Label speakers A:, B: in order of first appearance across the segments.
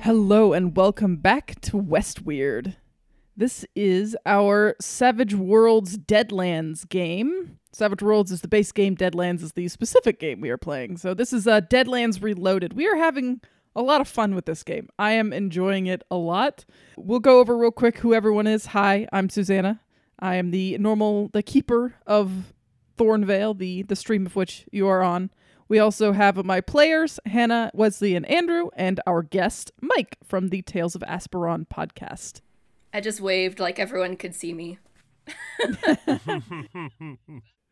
A: Hello and welcome back to West Weird. This is our Savage Worlds Deadlands game. Savage Worlds is the base game, Deadlands is the specific game we are playing. So this is uh, Deadlands Reloaded. We are having a lot of fun with this game. I am enjoying it a lot. We'll go over real quick who everyone is. Hi, I'm Susanna. I am the normal, the keeper of Thornvale, the, the stream of which you are on. We also have my players, Hannah, Wesley, and Andrew, and our guest, Mike, from the Tales of Aspiron podcast.
B: I just waved like everyone could see me.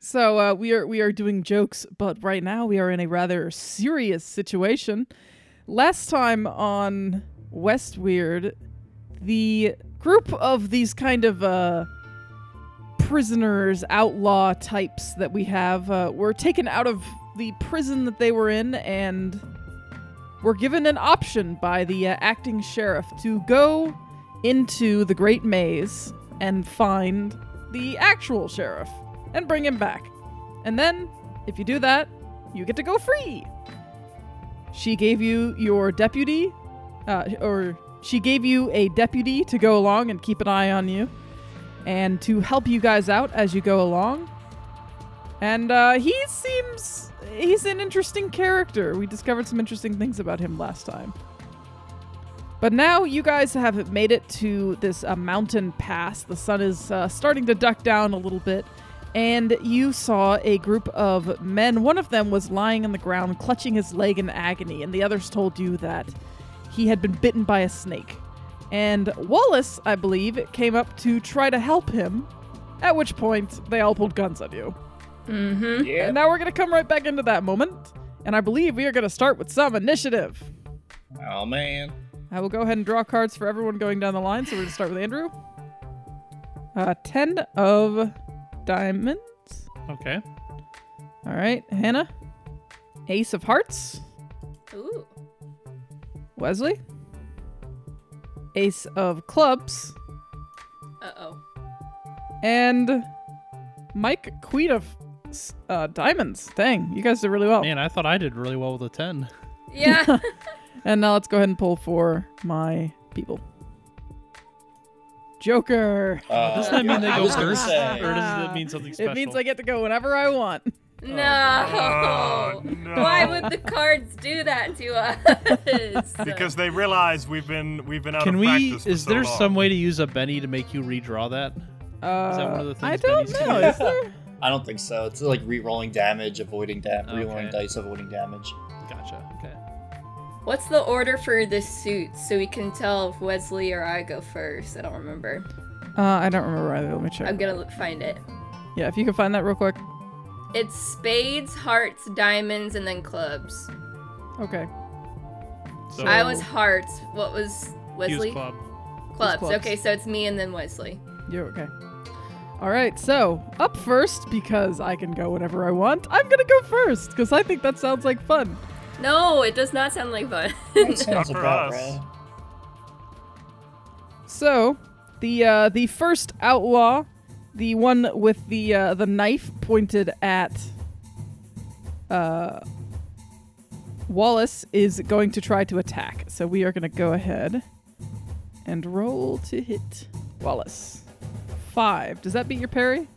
A: So uh, we are we are doing jokes, but right now we are in a rather serious situation. Last time on West Weird, the group of these kind of uh, prisoners, outlaw types that we have, uh, were taken out of the prison that they were in and were given an option by the uh, acting sheriff to go into the Great Maze and find the actual sheriff and bring him back. And then, if you do that, you get to go free. She gave you your deputy, uh, or she gave you a deputy to go along and keep an eye on you and to help you guys out as you go along. And uh, he seems. He's an interesting character. We discovered some interesting things about him last time. But now you guys have made it to this uh, mountain pass. The sun is uh, starting to duck down a little bit. And you saw a group of men. One of them was lying on the ground, clutching his leg in agony, and the others told you that he had been bitten by a snake. And Wallace, I believe, came up to try to help him, at which point they all pulled guns on you.
B: Mm-hmm.
A: And now we're going to come right back into that moment. And I believe we are going to start with some initiative.
C: Oh man.
A: I will go ahead and draw cards for everyone going down the line. So we're going to start with Andrew. Uh, 10 of diamonds.
D: Okay.
A: All right. Hannah. Ace of hearts.
B: Ooh.
A: Wesley. Ace of clubs.
B: Uh oh.
A: And Mike, queen of s- uh, diamonds. Dang, you guys did really well.
D: Man, I thought I did really well with a 10.
B: Yeah.
A: And now let's go ahead and pull for my people. Joker.
C: Uh,
D: Does that mean they
C: I
D: go
C: was gonna
D: first?
C: say.
D: Or does it mean something special?
A: It means I get to go whenever I want.
E: Oh,
B: Oh, no. Why would the cards do that to us?
E: because they realize we've been we've been out
D: Can
E: of
D: we?
E: practice. for
D: Is
E: so
D: there
E: long.
D: some way to use a Benny to make you redraw that?
A: Uh,
D: that one of the
A: I
D: things
A: don't
D: Benny's
A: know.
D: gonna
A: Is there?
C: I don't think so. It's like re-rolling damage, avoiding damage,
D: Okay.
C: re-rolling dice, avoiding damage.
D: Gotcha. Okay.
B: What's the order for this suit so we can tell if Wesley or I go first? I don't remember.
A: Uh, I don't remember either. Let me check.
B: I'm gonna look- find it.
A: Yeah, if you can find that real quick.
B: It's spades, hearts, diamonds, and then clubs.
A: Okay.
D: So
B: I was hearts. What was
D: use
B: Wesley?
D: club.
B: Clubs.
A: clubs.
B: Okay, so it's me and then Wesley.
A: You're okay. All right. So up first, because I can go whenever I want. I'm gonna go first because I think that sounds like fun.
B: No, it does not sound like fun.
C: That sounds
E: for
C: about
E: us.
C: right.
A: So, the uh, the first outlaw, the one with the uh, the knife pointed at uh, Wallace, is going to try to attack. So we are going to go ahead and roll to hit Wallace. Five. Does that beat your parry?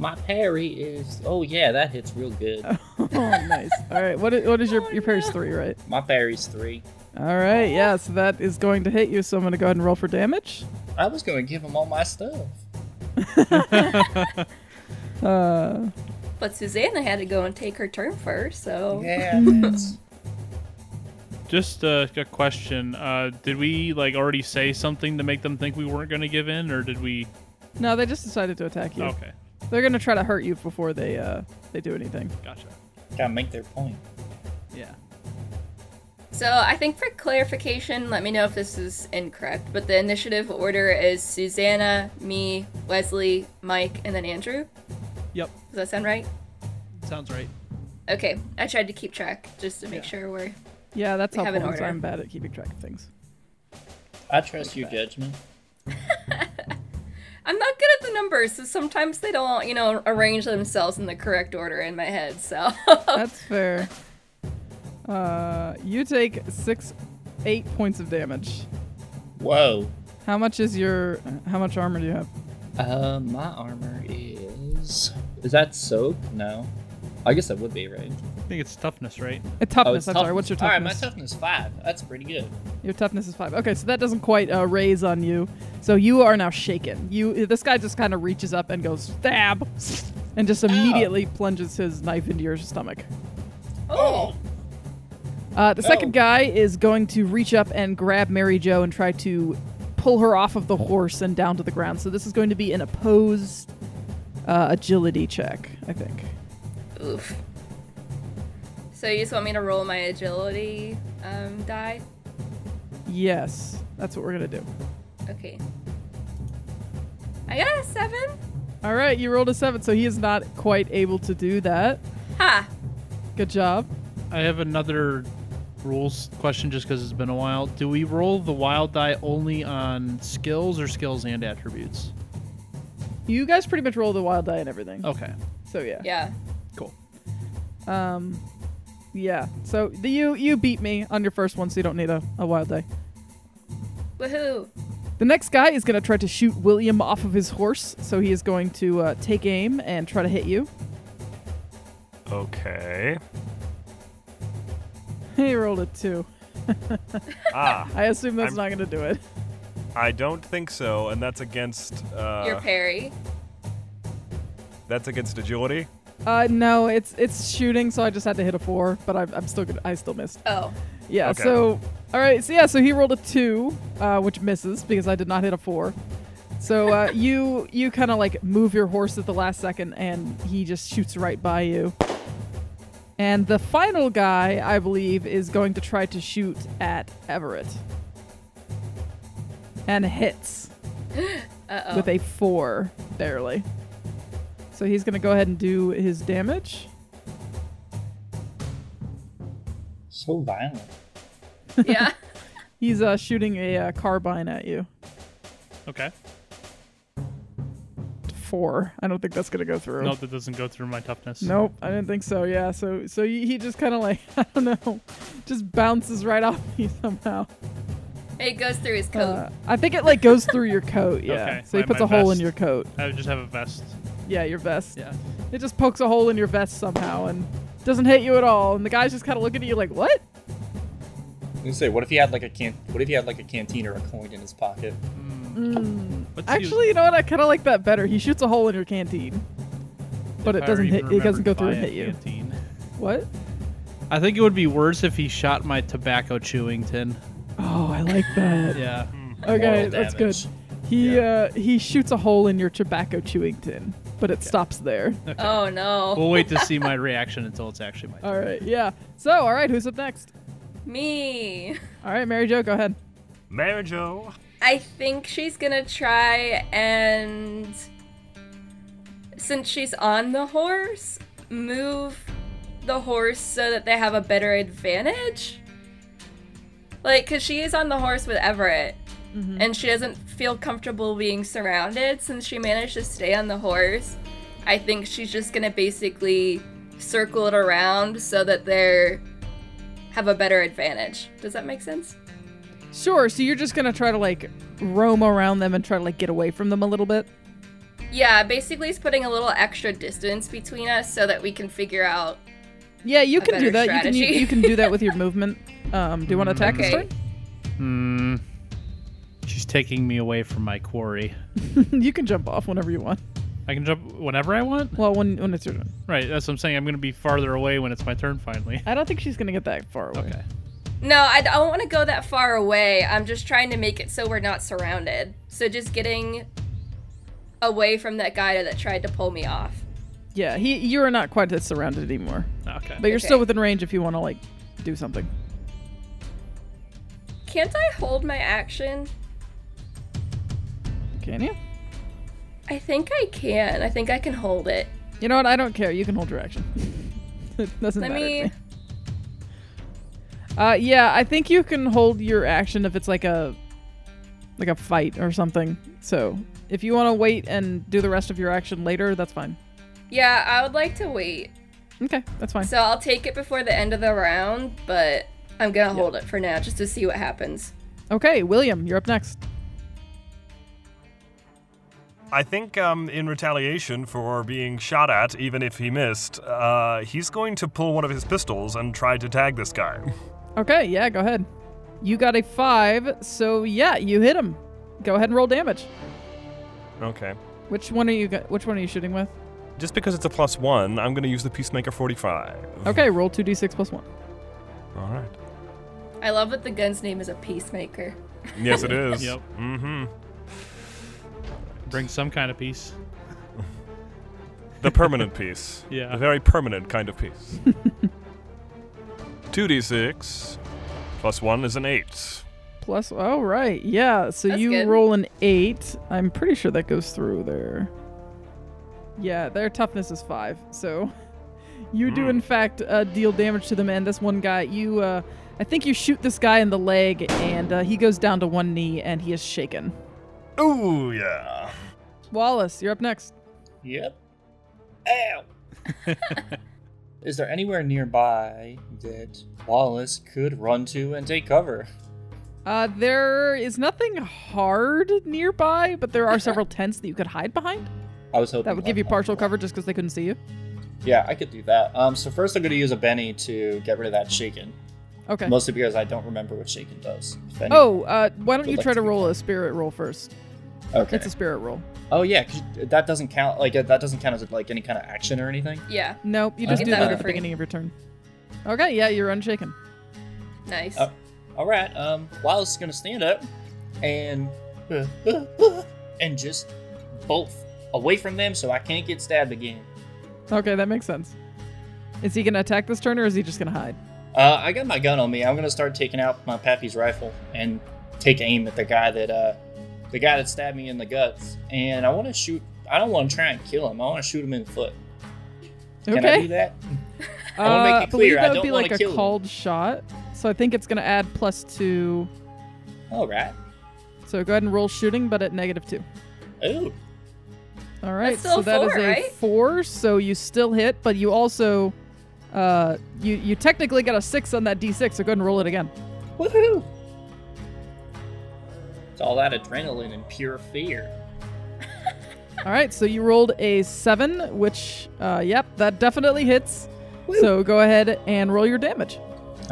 C: My parry is oh yeah, that hits real good.
A: oh, nice. Oh, All right. What is, what is your your parry's three, right?
C: My parry's three.
A: All right. Yeah. So that is going to hit you. So I'm going to go ahead and roll for damage.
C: I was gonna give him all my stuff.
A: Uh,
B: But Susanna had to go and take her turn first, so
C: Yeah, that's-
D: Just uh, a question. Uh, did we like already say something to make them think we weren't going to give in, or did we?
A: no, they just decided to attack you.
D: Okay.
A: They're gonna try to hurt you before they uh they do anything.
D: Gotcha.
C: gotta make their point.
D: Yeah.
B: So I think for clarification, let me know if this is incorrect, but the initiative order is Susanna, me, Wesley, Mike, and then Andrew.
D: Yep.
B: Does that sound right?
D: Sounds right.
B: Okay, I tried to keep track just to make
D: Yeah.
B: sure we're.
A: Yeah, that's
B: We have
A: helpful
B: an
A: because
B: order.
A: I'm bad at keeping track of things.
C: I trust your judgment.
B: I'm not good at the numbers, so sometimes they don't, you know, arrange themselves in the correct order in my head. So
A: That's fair. Uh, you take six eight points of damage.
C: Whoa.
A: How much is your? How much armor do you have?
C: Uh, my armor is. Is that soak? No. I guess that would be right.
D: I think it's toughness, right?
A: A toughness.
C: Oh,
A: I'm sorry. What's your
C: All right, my
A: toughness?
C: toughness five. That's pretty good.
A: your toughness is five. Okay, so that doesn't quite uh, raise on you. So you are now shaken. You. This guy just kind of reaches up and goes stab, and just immediately plunges his knife into your stomach.
B: Oh,
A: Uh, the second
C: Oh.
A: guy is going to reach up and grab Mary Jo and try to pull her off of the horse and down to the ground. So this is going to be an opposed uh, agility check, I think.
B: oof. So you just want me to roll my agility um, die?
A: Yes, that's what we're gonna do.
B: Okay. I got a seven.
A: All right, you rolled a seven, so he is not quite able to do that.
B: Ha!
A: Good job.
D: I have another rules question just because it's been a while. Do we roll the wild die only on skills or skills and attributes?
A: You guys pretty much rolled a wild die and everything.
D: Okay,
A: So yeah.
B: Yeah.
D: cool.
A: Um, yeah. So the, you you beat me on your first one, so you don't need a, a wild die.
B: Woohoo!
A: The next guy is going to try to shoot William off of his horse, so he is going to uh, take aim and try to hit you.
E: Okay.
A: He rolled a two.
E: Ah,
A: I assume that's
E: I'm-
A: not going to do it.
E: I don't think so, and that's against
B: Your
E: uh,
B: parry.
E: that's against agility.
A: Uh, no, it's it's shooting, so I just had to hit a four, but I'm, I'm still gonna, I still missed.
B: Oh.
A: Yeah.
E: Okay.
A: So all right. So yeah. So he rolled a two, uh, which misses because I did not hit a four. So uh, you you kind of like move your horse at the last second, and he just shoots right by you. And the final guy, I believe, is going to try to shoot at Everett. And hits
B: Uh oh.
A: with a four, barely. So he's going to go ahead and do his damage.
C: So violent.
B: yeah.
A: He's uh, shooting a uh, carbine at you.
D: Okay.
A: Four. I don't think that's going to go through.
D: No, that doesn't go through my toughness.
A: Nope, I didn't think so. Yeah, so so he he just kind of like I don't know, just bounces right off me somehow.
B: It goes through his coat.
A: Uh, I think it like goes through your coat. Yeah,
D: Okay,
A: so he
D: my-
A: puts
D: my
A: a hole in
D: vest.
A: your coat.
D: I would just have a vest.
A: Yeah, your vest.
D: Yeah.
A: It just pokes a hole in your vest somehow and doesn't hit you at all. And the guy's just kind of looking at you like, what?
C: I was gonna say, what if he had like a can? What if he had like a canteen or a coin in his pocket?
D: Let's use-
A: Actually, you know what? I kind of like that better. He shoots a hole in your canteen, but
D: if
A: it
D: I
A: doesn't
D: even
A: hit. It doesn't
D: remembered
A: go through and
D: via
A: hit you.
D: canteen.
A: What?
D: I think it would be worse if he shot my tobacco chewing tin.
A: Oh, I like that.
D: Yeah.
A: Okay,
C: Moral
A: that's good.
C: damage.
A: He uh, he shoots a hole in your tobacco chewing tin, but it stops there.
B: Oh no.
D: We'll wait to see my reaction until it's actually my turn.
A: All right, yeah. So, all right, who's up next?
B: Me.
A: All right, Mary Jo, go ahead.
E: Mary Jo.
B: I think she's gonna try and. Since she's on the horse, move the horse so that they have a better advantage. Like, because she is on the horse with Everett, and she doesn't feel comfortable being surrounded since she managed to stay on the horse. I think she's just gonna basically circle it around so that they're. have a better advantage. Does that make sense?
A: Sure. So you're just gonna try to like roam around them and try to like get away from them a little bit.
B: Yeah, basically it's putting a little extra distance between us so that we can figure out.
A: Yeah, you
B: A
A: can do
B: better
A: that. You can
B: strategy.
A: you, you can do that with your movement. Um, do you want to attack
B: Okay.
A: this
D: Hmm. She's taking me away from my quarry.
A: turn? you can jump off whenever you want.
D: I can jump whenever I want.
A: Well, when when it's your turn.
D: Right, that's what I'm saying. I'm gonna be farther away when it's my turn finally.
A: I don't think she's gonna get that far away.
D: Okay.
B: No, I don't want to go that far away. I'm just trying to make it so we're not surrounded. So just getting away from that guy that tried to pull me off.
A: Yeah, he you are not quite as surrounded anymore,
D: Okay.
A: but you're
B: Okay.
A: still within range if you want to like do something.
B: Can't I hold my action?
A: Can you?
B: I think I can. I think I can hold it.
A: You know what? I don't care. You can hold your action. it doesn't
B: Let
A: matter. to
B: me-
A: me. Uh, yeah, I think you can hold your action if it's like a, like a fight or something. So if you want to wait and do the rest of your action later, that's fine.
B: Yeah, I would like to wait.
A: Okay, that's fine.
B: So I'll take it before the end of the round, but I'm gonna hold it for now just to see what happens.
A: Okay, William, you're up next.
E: I think um, in retaliation for being shot at, even if he missed, uh, he's going to pull one of his pistols and try to tag this guy.
A: Okay, yeah, go ahead. You got a five, so yeah, you hit him. Go ahead and roll damage.
E: Okay.
A: Which one are you? go- Which one are you shooting with?
E: Just because it's a plus one, I'm going to use the Peacemaker 45.
A: Okay, roll two d6 plus one.
E: All right.
B: I love that the gun's name is a peacemaker.
E: Yes, it is.
D: Yep.
E: Mm-hmm.
D: Bring some kind of peace.
E: The permanent piece.
D: Yeah.
E: The very permanent kind of piece. 2d6 plus 1 is an 8.
A: Plus, oh right, yeah. So
B: That's
A: you
B: good.
A: roll an eight. I'm pretty sure that goes through there. Yeah, their toughness is five. So you
C: Hmm.
A: do in fact uh, deal damage to them, and this one guy, you, uh, I think you shoot this guy in the leg, and uh, he goes down to one knee, and he is shaken.
E: Ooh, yeah.
A: Wallace, you're up next.
C: Yep. Ow! Is there anywhere nearby that Wallace could run to and take cover?
A: Uh, there is nothing hard nearby, but there are several tents that you could hide behind.
C: I was hoping
A: That would give you
C: like-
A: partial cover just because they couldn't see you.
C: Yeah, I could do that. Um, so first I'm going to use a Benny to get rid of that shaken,
A: Okay.
C: mostly because I don't remember what shaken does. if any.
A: Oh, uh, why don't
C: Would
A: you
C: like
A: try
C: to
A: to
C: be
A: roll
C: fun.
A: a spirit roll first?
C: okay.
A: It's a spirit roll.
C: Oh yeah, 'cause that doesn't count. Like that doesn't count as like any kind of action or anything.
B: Yeah,
A: Nope, you
C: I
A: just
C: get
A: do
C: that
A: that
C: for
A: at the
B: free.
A: beginning of your turn. Okay, yeah, you're unshaken.
B: nice.
C: Oh. All right. Um, Wallace is gonna stand up and and just bolt away from them so I can't get stabbed again.
A: Okay, that makes sense. Is he gonna attack this turn or is he just gonna hide?
C: Uh, I got my gun on me. I'm gonna start taking out my pappy's rifle and take aim at the guy that uh, the guy that stabbed me in the guts. And I want to shoot. I don't want to try and kill him. I want to shoot him in the foot. Can I do
A: Okay.
C: that?
A: Uh,
C: wanna make
A: I
C: it
A: believe
C: clear, I
A: that would
C: don't
A: be
C: wanna
A: like a
C: kill him.
A: called shot. So I think it's gonna add plus two.
C: All right.
A: So go ahead and roll shooting, but at negative two.
C: Ooh.
A: All right,
B: still
A: so
B: a
A: that is
B: four,
A: a
B: right?
A: four. So you still hit, but you also, uh, you you technically got a six on that d6. So go ahead and roll it again.
C: Woohoo! It's all that adrenaline and pure fear.
A: All right, so you rolled a seven, which, uh, yep, that definitely hits. So go ahead and roll your damage.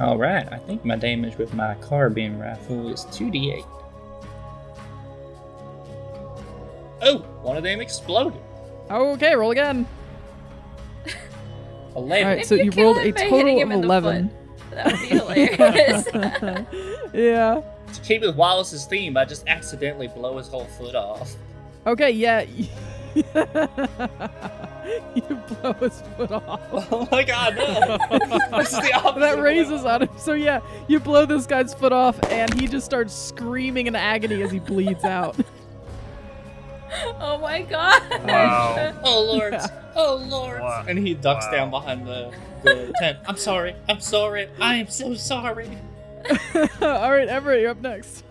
C: All right, I think my damage with my carbine rifle is 2d8. Oh, one of them exploded.
A: Okay, roll again.
C: 11.
A: All right, so
B: you
A: you
B: kill
A: rolled
B: him
A: a
B: by
A: total of
B: hitting him in the
A: eleven.
B: That would be hilarious.
A: yeah.
C: To keep with Wallace's theme, I just accidentally blow his whole foot off.
A: Okay, yeah. you blow his foot off.
C: Oh my god, no! this is the opposite.
A: That
C: of
A: raises on him. So yeah, you blow this guy's foot off, and he just starts screaming in agony as he bleeds out.
B: oh my god.
E: Wow.
C: what- Oh lord! Oh lord!
E: Wow.
C: And he ducks
E: Wow.
C: down behind the, the tent. I'm sorry. I'm sorry. I am so sorry.
A: All right, Everett, you're up next.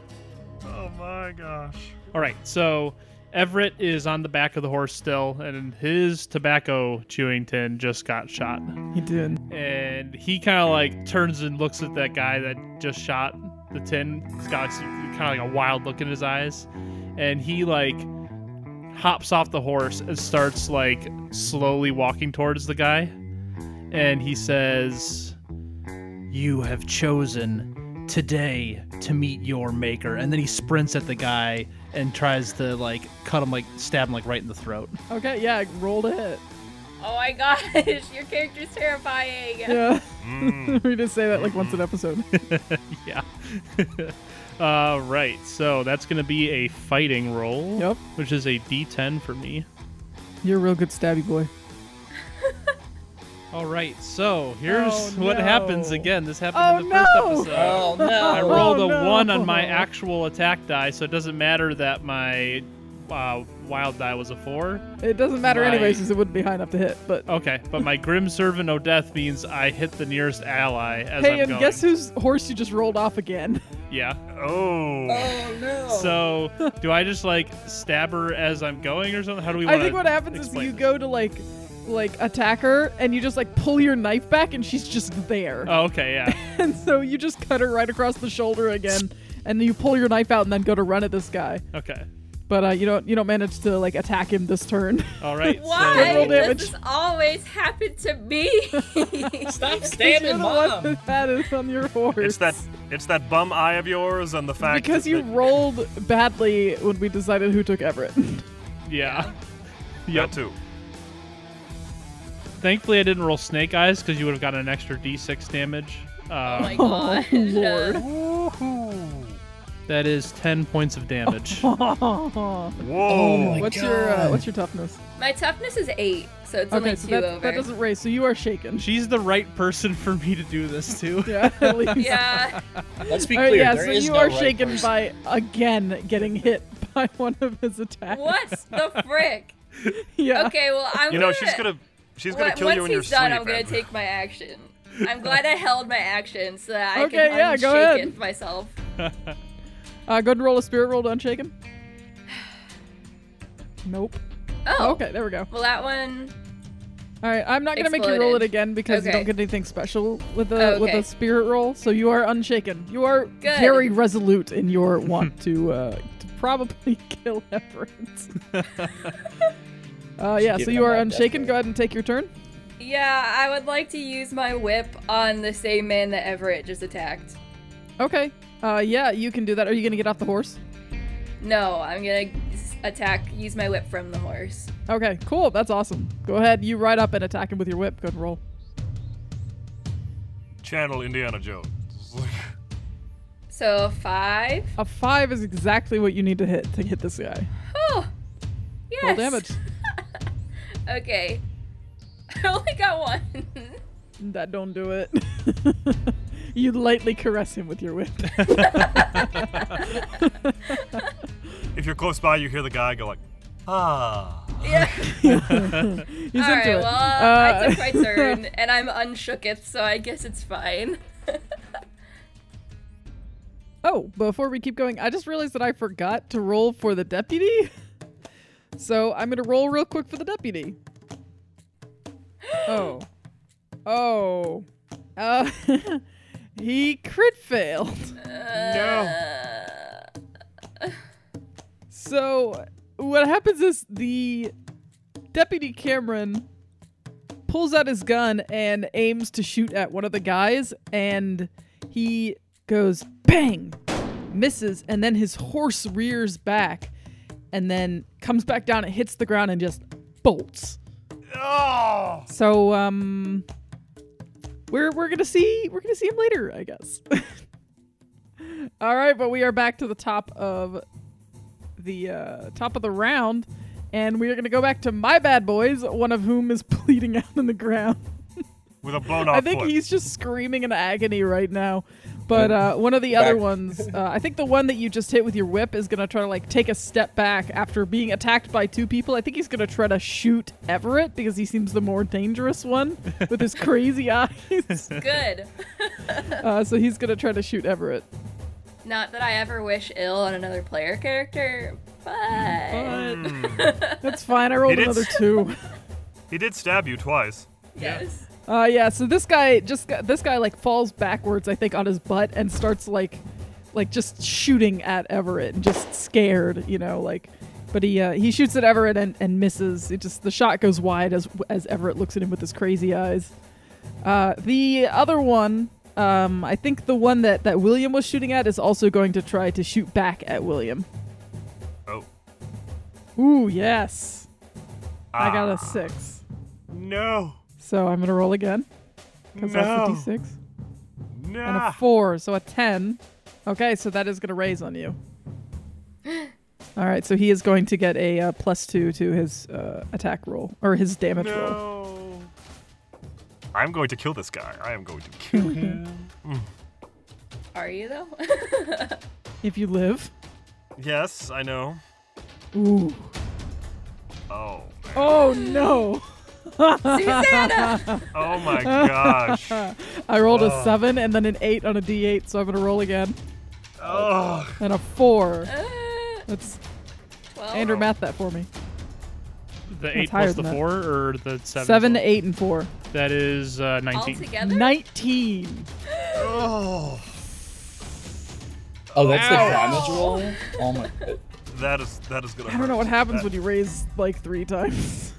E: Oh my gosh.
D: All right, so Everett is on the back of the horse still, and his tobacco chewing tin just got shot.
A: You did.
D: And he kind of like turns and looks at that guy that just shot the tin. He's got kind of like a wild look in his eyes, and he like hops off the horse and starts like slowly walking towards the guy. And he says, "You have chosen today to meet your maker." And then he sprints at the guy and tries to like cut him, like stab him, like right in the throat.
A: Okay, yeah, roll to hit.
B: Oh my gosh, your character's terrifying.
A: Yeah.
E: Mm.
A: we just say that like once an episode.
D: yeah. uh, right. So that's going to be a fighting roll.
A: Yep.
D: Which is a D10 for me.
A: You're a real good stabby boy.
D: All right. So here's
A: Oh,
D: what
A: no.
D: happens again. This happened
A: Oh,
D: in the
A: no.
D: first episode.
C: Oh no!
D: I rolled
A: Oh,
D: a
A: no.
D: one on my actual attack die, so it doesn't matter that my uh, wild die was a four.
A: It doesn't matter anyway
D: Right.
A: since it wouldn't be high enough to hit. But
D: Okay, but my grim servant o death means I hit the nearest ally as
A: hey,
D: I'm
A: and
D: going.
A: guess whose horse you just rolled off again?
D: Yeah.
E: Oh.
C: Oh no!
D: So do I just like stab her as I'm going or something? How do we?
A: I
D: wanna
A: think what happens is
D: explain
A: you
D: this?
A: go to like like attack her, and you just like pull your knife back, and she's just there.
D: Oh, okay, yeah.
A: And so you just cut her right across the shoulder again, and you pull your knife out, and then go to run at this guy.
D: Okay.
A: But uh, you don't you don't manage to like attack him this turn.
D: All right. so-
B: Why
A: roll
B: does
A: damage.
B: this always happen to me? Oh
C: Stop
A: You're
C: stabbing
A: the one
C: mom.
A: that- that is on your horse.
E: It's that it's that bum eye of yours and the fact
A: because you
E: that-
A: rolled badly when we decided who took Everett.
D: yeah.
E: that
D: Yep.
E: too.
D: Thankfully, I didn't roll snake eyes because you would have gotten an extra d6 damage.
B: oh
D: Uh,
B: my god.
A: Lord.
D: Um, that is 10 points of damage.
A: Oh.
E: Whoa.
C: my
A: what's your uh,
C: God.
A: what's your toughness?
B: My toughness is eight, so it's
A: okay,
B: only
A: so
B: two
A: that,
B: over.
A: that doesn't raise. So you are shaken.
D: She's the right person for me to do this to.
A: Yeah, at least.
B: yeah.
C: Let's be
A: All
C: clear.
A: right, yeah,
C: there
A: so
C: is
A: you
C: no
A: are
C: right
A: shaken
C: person.
A: by again getting hit by one of his attacks.
B: what the frick?
A: Yeah.
B: Okay, well I'm
E: You
B: gonna,
E: know she's gonna she's gonna
B: Wh-
E: kill
B: once
E: you in your
B: he's done,
E: sleep.
B: I'm gonna
E: Andrew.
B: take my action. I'm glad I held my action so that I
A: Okay,
B: can
A: yeah, go
B: unshaken
A: ahead.
B: myself.
A: Uh, go ahead and roll a spirit roll to unshaken. Nope.
B: Oh,
A: Okay, there we go.
B: Well, that one.
A: All right, I'm not gonna make you roll it
B: Exploded.
A: again because you
B: Okay.
A: don't get anything special with a with
B: Okay.
A: a spirit roll. So you are unshaken. You are
B: Good.
A: very resolute in your want to uh, to probably kill Everett. uh, yeah, so
C: giving
A: you
C: him
A: are
C: that
A: unshaken.
C: desperate.
A: Go ahead and take your turn.
B: Yeah, I would like to use my whip on the same man that Everett just attacked.
A: Okay. Uh, yeah, you can do that. Are you gonna get off the horse?
B: No, I'm gonna s- attack. Use my whip from the horse.
A: Okay, cool. That's awesome. Go ahead. You ride up and attack him with your whip. Good roll.
E: Channel Indiana Jones.
B: So five.
A: A five is exactly what you need to hit to hit this guy.
B: Oh, yes.
A: Roll damage.
B: Okay. I only got one.
A: That don't do it. you lightly caress him with your whip.
E: if you're close by, you hear the guy go like, ah.
B: yeah.
A: He's
B: All right.
A: into it.
B: Well, I
A: Uh,
B: took my turn, and I'm unshooketh, so I guess it's fine.
A: oh, before we keep going, I just realized that I forgot to roll for the deputy. So I'm gonna roll real quick for the deputy. Oh, oh, uh, he crit failed.
E: No.
B: Uh,
A: So what happens is the deputy Cameron pulls out his gun and aims to shoot at one of the guys and he goes bang misses and then his horse rears back and then comes back down and hits the ground and just bolts.
E: Oh.
A: So um we're we're going to see we're going to see him later, I guess. All right, but we are back to the top of the uh, top of the round and we are going to go back to my bad boys, one of whom is bleeding out on the ground.
E: With a blown off
A: I think
E: foot.
A: he's just screaming in agony right now. But uh, one of the other
C: Back.
A: ones, uh, I think the one that you just hit with your whip is gonna try to like take a step back after being attacked by two people. I think he's gonna try to shoot Everett because he seems the more dangerous one with his crazy eyes.
B: good.
A: Uh, so he's gonna try to shoot Everett.
B: Not that I ever wish ill on another player character,
A: Mm,
B: but
A: That's fine. I rolled
E: It is-
A: another two.
E: He did stab you twice.
B: yes.
A: Uh, yeah. So this guy just got- this guy like falls backwards, I think, on his butt and starts like, like just shooting at Everett and just scared, you know, like. But he uh, he shoots at Everett and, and misses. It just the shot goes wide as as Everett looks at him with his crazy eyes. Uh, the other one, um, I think the one that that William was shooting at is also going to try to shoot back at William.
E: Oh.
A: Ooh yes, I got
E: Ah.
A: a six.
E: No.
A: So I'm gonna roll again
E: No.
A: because that's a d6. and
E: Nah.
A: a four, so a ten. Okay, so that is going to raise on you. All right, so he is going to get a uh, plus two to his uh, attack roll or his damage roll.
E: no. I'm going to kill this guy. I am going to kill him.
B: Are you though?
A: If you live,
E: yes, I know.
A: ooh,
E: Oh. man.
A: oh no!
B: Susanna!
E: Oh my gosh.
A: I rolled a seven and then an eight on a D8, so I'm going to roll again
E: Oh.
A: and a four.
B: Uh,
A: Let's
B: Twelve.
A: Andrew math that for me.
D: the eight
A: higher
D: plus the
A: than that.
D: four or the seven?
A: Seven, eight, and four.
D: That is uh, nineteen.
B: Altogether?
A: Nineteen.
E: Oh,
C: Oh, that's
D: Ow.
C: the damage roll. Oh my.
E: that is that is gonna.
A: I don't know
E: hurt.
A: what happens
E: That-
A: when you raise like three times.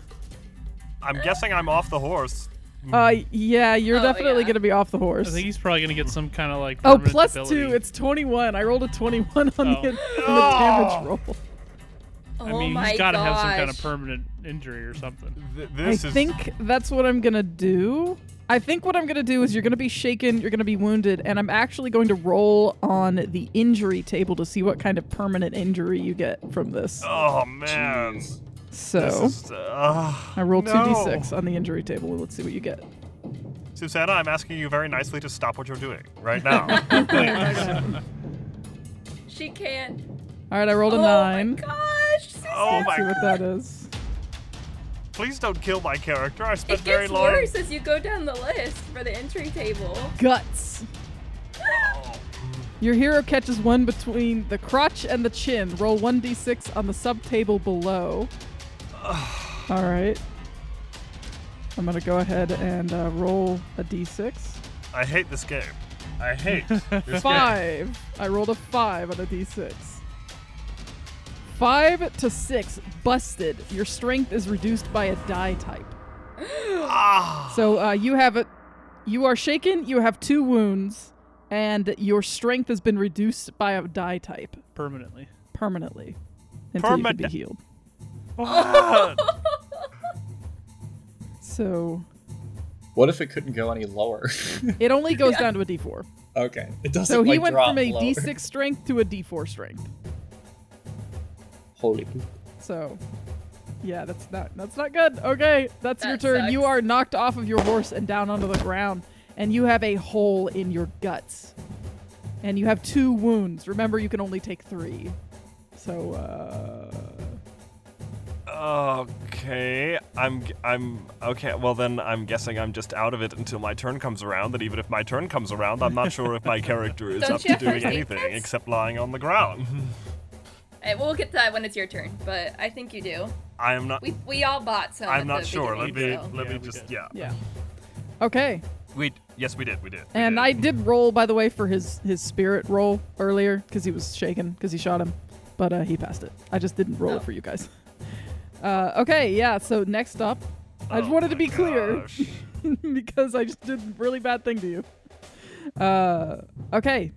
E: I'm guessing I'm off the horse.
A: Uh, yeah, you're
B: Oh,
A: definitely
B: yeah.
A: gonna be off the horse.
D: I think he's probably gonna get some kind of like.
A: Oh,
D: permanent
A: plus
D: ability.
A: two. It's 21. I rolled a 21 on,
D: Oh.
A: the, on
E: Oh.
A: the damage roll.
B: Oh
D: I mean,
B: my
D: he's got to have some kind of
B: gosh.
D: permanent injury or something.
E: Th- this
A: I
E: is
A: think that's what I'm going to do. I think what I'm going to do is you're going to be shaken, you're going to be wounded, and I'm actually going to roll on the injury table to see what kind of permanent injury you get from this.
E: Oh man.
C: Jeez.
E: This
A: so
E: is, uh,
A: I roll
E: no.
A: 2d6 on the injury table and let's see what you get.
E: Susanna, I'm asking you very nicely to stop what you're doing right now.
B: She can't.
A: All right, I rolled a
B: oh
A: 9.
B: my gosh! Susan,
E: Oh
A: Let's
E: my
A: see what that is.
E: Please don't kill my character. I spent
B: it
E: very
B: gets
E: long.
B: worse as you go down the list for the entry table.
A: Guts. Your hero catches one between the crotch and the chin. Roll 1d6 on the subtable below. All right. I'm going to go ahead and uh, roll a d6.
E: I hate this game. I hate this game.
A: Five. I rolled a five on a d6. Five to six. Busted. Your strength is reduced by a die type.
E: Ah,
A: So uh, you have a, you are shaken. You have two wounds, and your strength has been reduced by a die type
D: Permanently.
A: permanently until you can be
E: Permada-
A: healed.
E: what?
A: So
C: What if it couldn't go any lower?
A: it only goes down to a D4.
C: okay, it doesn't.
A: So he
C: like,
A: went
C: drop
A: from a
C: lower.
A: 6 strength to a D4 strength.
C: Holy. poop.
A: So yeah, that's not that's not good. Okay, that's your
B: That
A: turn. You
B: sucks.
A: are knocked off of your horse and down onto the ground, and you have a hole in your guts, and you have two wounds. Remember, you can only take three. So uh,
E: Okay, I'm I'm okay. Well then, I'm guessing I'm just out of it until my turn comes around. And even if my turn comes around, I'm not sure if my character is
B: Don't
E: up
B: you
E: to
B: have
E: doing
B: first aid
E: anything
B: kits?
E: except lying on the ground.
B: And we'll get to that when it's your turn, but I think you do.
E: I am not.
B: We, we all bought some.
E: I'm
B: at
E: not
B: the
E: sure. Let me
B: beginning, so-
E: let
D: Yeah,
E: me
D: we
E: just
D: did.
E: yeah.
A: yeah. Okay,
E: We yes we did we did. we
A: And
E: did.
A: I did roll, by the way, for his his spirit roll earlier because he was shaken because he shot him, but uh, he passed it. I just didn't roll
B: Oh.
A: it for you guys. Uh, okay, yeah. So next up, I just
E: Oh
A: wanted to
E: my
A: be clear
E: gosh.
A: because I just did a really bad thing to you. Uh, okay.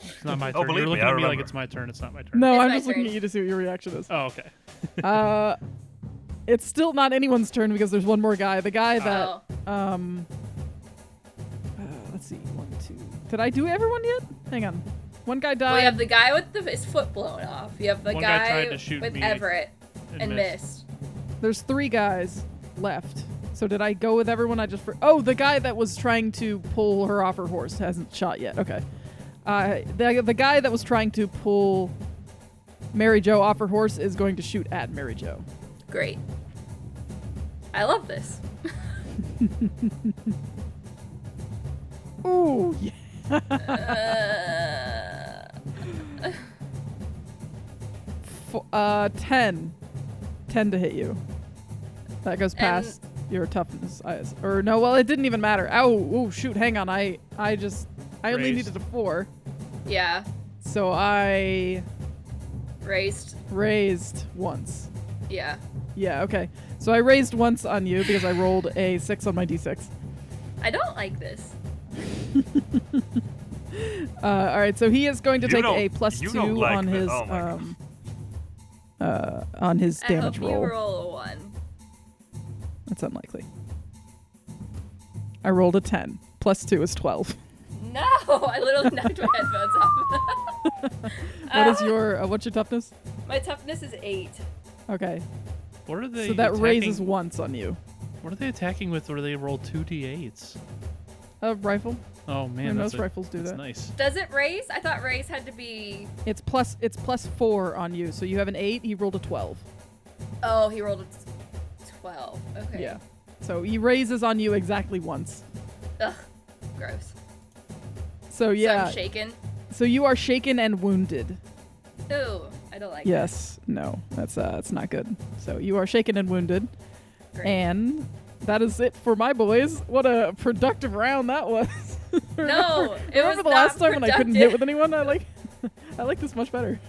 D: It's not my
E: Oh,
D: turn.
E: believe
D: You're
E: me,
D: looking
E: I
D: at me like
E: remember.
D: it's my turn. It's not my turn.
A: No,
B: It's
A: I'm
B: my
A: just looking
B: turn.
A: at you to see what your reaction is.
D: Oh, okay.
A: Uh, it's still not anyone's turn because there's one more guy. The guy that
B: Oh,
A: um. Uh, let's see. One, two. Did I do everyone yet? Hang on. One guy died.
B: well, you have the guy with the, his foot blown off. You have the
D: One guy
B: guy,
D: tried to shoot
B: with
D: me
B: Everett and,
D: missed.
B: missed.
A: There's three guys left. So did I go with everyone? I just for- oh the guy that was trying to pull her off her horse hasn't shot yet. Okay, uh, the the guy that was trying to pull Mary Jo off her horse is going to shoot at Mary Jo.
B: Great. I love this.
A: Ooh yeah.
B: Uh,
A: F- uh, ten. Ten to hit you. That goes past your toughness. I, or no, well it didn't even matter. Ow, ooh, shoot, hang on. I I just I only
D: Raised.
A: needed a four,
B: yeah,
A: so I
B: raised.
A: raised once.
B: Yeah,
A: Yeah, okay. So I raised once on you because I rolled a six on my d6.
B: I don't like this.
A: Uh, all right, so he is going to
E: You
A: take
E: don't-
A: a plus
E: you
A: two
E: don't like
A: on
E: this.
A: his
E: Oh my God.
A: um, uh, on his
B: I hope
A: damage roll.
B: you roll a one.
A: That's unlikely. I rolled a ten. Plus two is twelve.
B: No, I literally knocked my headphones off.
A: What is
B: Uh,
A: your uh, what's your toughness?
B: My toughness is eight.
A: Okay,
D: What are they?
A: so that
D: attacking?
A: raises once on you.
D: What are they attacking with? Where they roll two d8s?
A: A rifle.
D: Oh
A: I mean,
D: man,
A: most
D: that's a-
A: rifles do
D: that's
A: that.
D: Nice.
B: Does it raise? I thought raise had to be.
A: It's plus it's plus four on you. So you have an eight. He rolled a twelve.
B: Oh, he rolled a t- twelve. Okay.
A: Yeah. So he raises on you exactly once.
B: Ugh,
A: So
B: gross. So
A: yeah.
B: I'm shaken.
A: So you are shaken and wounded.
B: Ooh, I don't I like
A: Yes. No. That's uh that's not good. So you are shaken and wounded.
B: Great.
A: And that is it for my boys. What a productive round that was.
B: No, it
A: remember
B: was
A: the
B: not
A: last time when I couldn't hit
B: productive.
A: with anyone? I like I like this much better.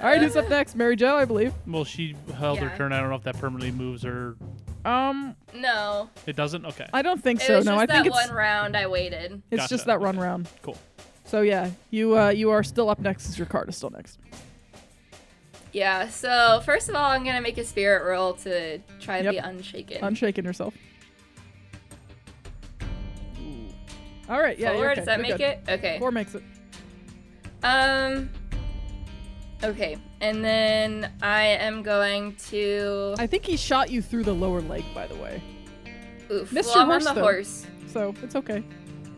A: All right, who's up next? Mary Jo, I believe.
D: Well, she held
B: Yeah.
D: her turn. I don't know if that permanently moves her.
A: Um,
B: No,
D: It doesn't. Okay.
A: I don't think
B: it
A: so.
B: was
A: No,
B: just
A: I
B: that
A: think it's
B: one round I waited.
A: it's
D: Gotcha,
A: just that run
D: okay.
A: round.
D: Cool.
A: So yeah, you uh you are still up next because your card is still next.
B: Yeah. So first of all, I'm gonna make a spirit roll to try to
A: Yep.
B: be unshaken.
A: Unshaken yourself. All right, yeah.
B: Forward,
A: you're okay.
B: does that
A: You're
B: make
A: good.
B: it? Okay.
A: Four makes it.
B: Um. Okay, and then I am going to.
A: I think he shot you through the lower leg, by the way.
B: Oof,
A: missed
B: well,
A: your
B: I'm
A: horse,
B: on the
A: though.
B: horse.
A: So it's okay.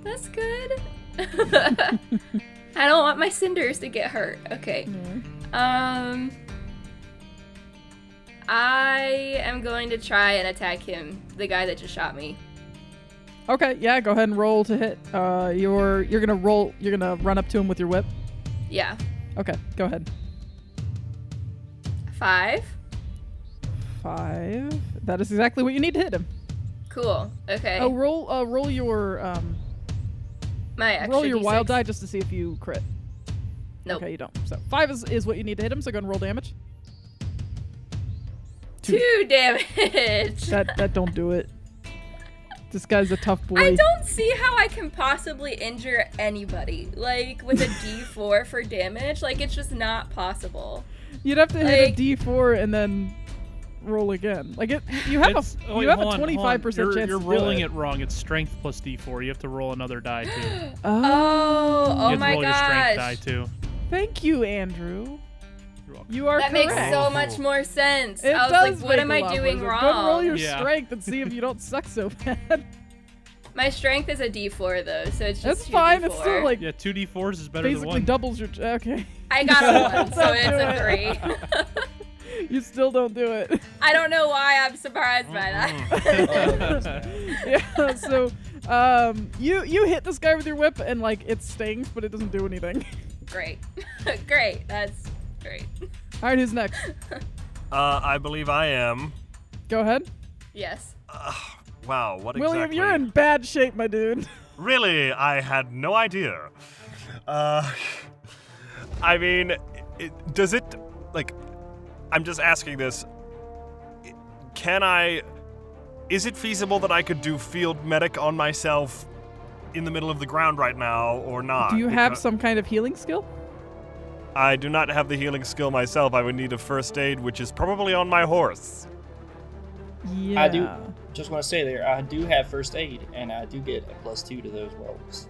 B: That's good. I don't want my cinders to get hurt. Okay.
A: Mm-hmm.
B: Um. I am going to try and attack him, the guy that just shot me.
A: Okay, yeah. Go ahead and roll to hit. Uh, you're you're gonna roll. You're gonna run up to him with your whip.
B: Yeah.
A: Okay, go ahead.
B: Five.
A: Five. That is exactly what you need to hit him.
B: Cool. Okay.
A: Oh, roll uh, roll your um
B: my extra
A: roll your
B: D6.
A: wild die just to see if you crit.
B: Nope.
A: Okay, you don't. So five is, is what you need to hit him. So go ahead and roll damage.
B: Two damage.
A: That that don't do it. This guy's a tough boy.
B: I don't see how I can possibly injure anybody. Like with a D4 for damage, like it's just not possible.
A: You'd have to hit
B: Like-
A: a D4 and then roll again. Like it, you have
D: It's-
A: a
D: oh, wait,
A: you have a
D: hold on, hold on.
A: twenty five percent
D: You're-
A: chance.
D: You're
A: to do
D: rolling
A: it.
D: it wrong. It's strength plus D4. You have to roll another die too. You
A: Oh,
B: Oh, oh
D: have to
B: my
D: roll your strength die
B: gosh.
D: too.
A: thank you, Andrew.
D: You're welcome.
A: You are
B: oh. That
A: correct.
B: makes so much more sense.
A: It
B: I was
A: does
B: like, what
A: make
B: am
A: a
B: I
A: lot more
B: doing
A: sense. Go ahead and roll
B: wrong?
A: your
D: Yeah.
A: strength and see if you don't suck so bad.
B: My strength is a D4 though, so it's just
A: That's
B: two
A: fine.
B: D4.
A: It's still like
D: Yeah, two D4s is better than
A: basically
D: one.
A: doubles your. Okay,
B: I got a one, so
A: Don't
B: it's
A: do
B: a
A: it.
B: three.
A: you still don't do it.
B: I don't know why I'm surprised by that.
D: Oh.
A: Mm-hmm. yeah. So, um, you you hit this guy with your whip and like it stings, but it doesn't do anything.
B: great, great. That's great.
A: All right, who's next?
E: Uh, I believe I am.
A: Go ahead,
B: Yes.
E: Wow, what
A: William.
E: exactly?
A: You're in bad shape, my dude.
E: Really, I had no idea. Uh, I mean, it, does it like? I'm just asking this. Can I? Is it feasible that I could do field medic on myself in the middle of the ground right now, or not?
A: Do you have
E: Because
A: some kind of healing skill?
E: I do not have the healing skill myself. I would need a first aid, which is probably on my horse.
A: Yeah.
C: I do. Just want to say there, I do have first aid, and I do get a plus two to those rolls.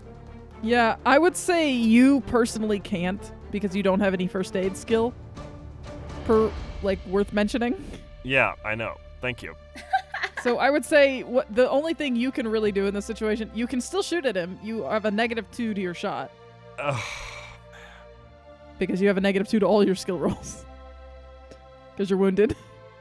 A: Yeah, I would say you personally can't because you don't have any first aid skill. Per like worth mentioning.
E: Yeah, I know. Thank you.
A: So I would say what the only thing you can really do in this situation, you can still shoot at him. You have a negative two to your shot
E: Ugh.
A: because you have a negative two to all your skill rolls because you're wounded.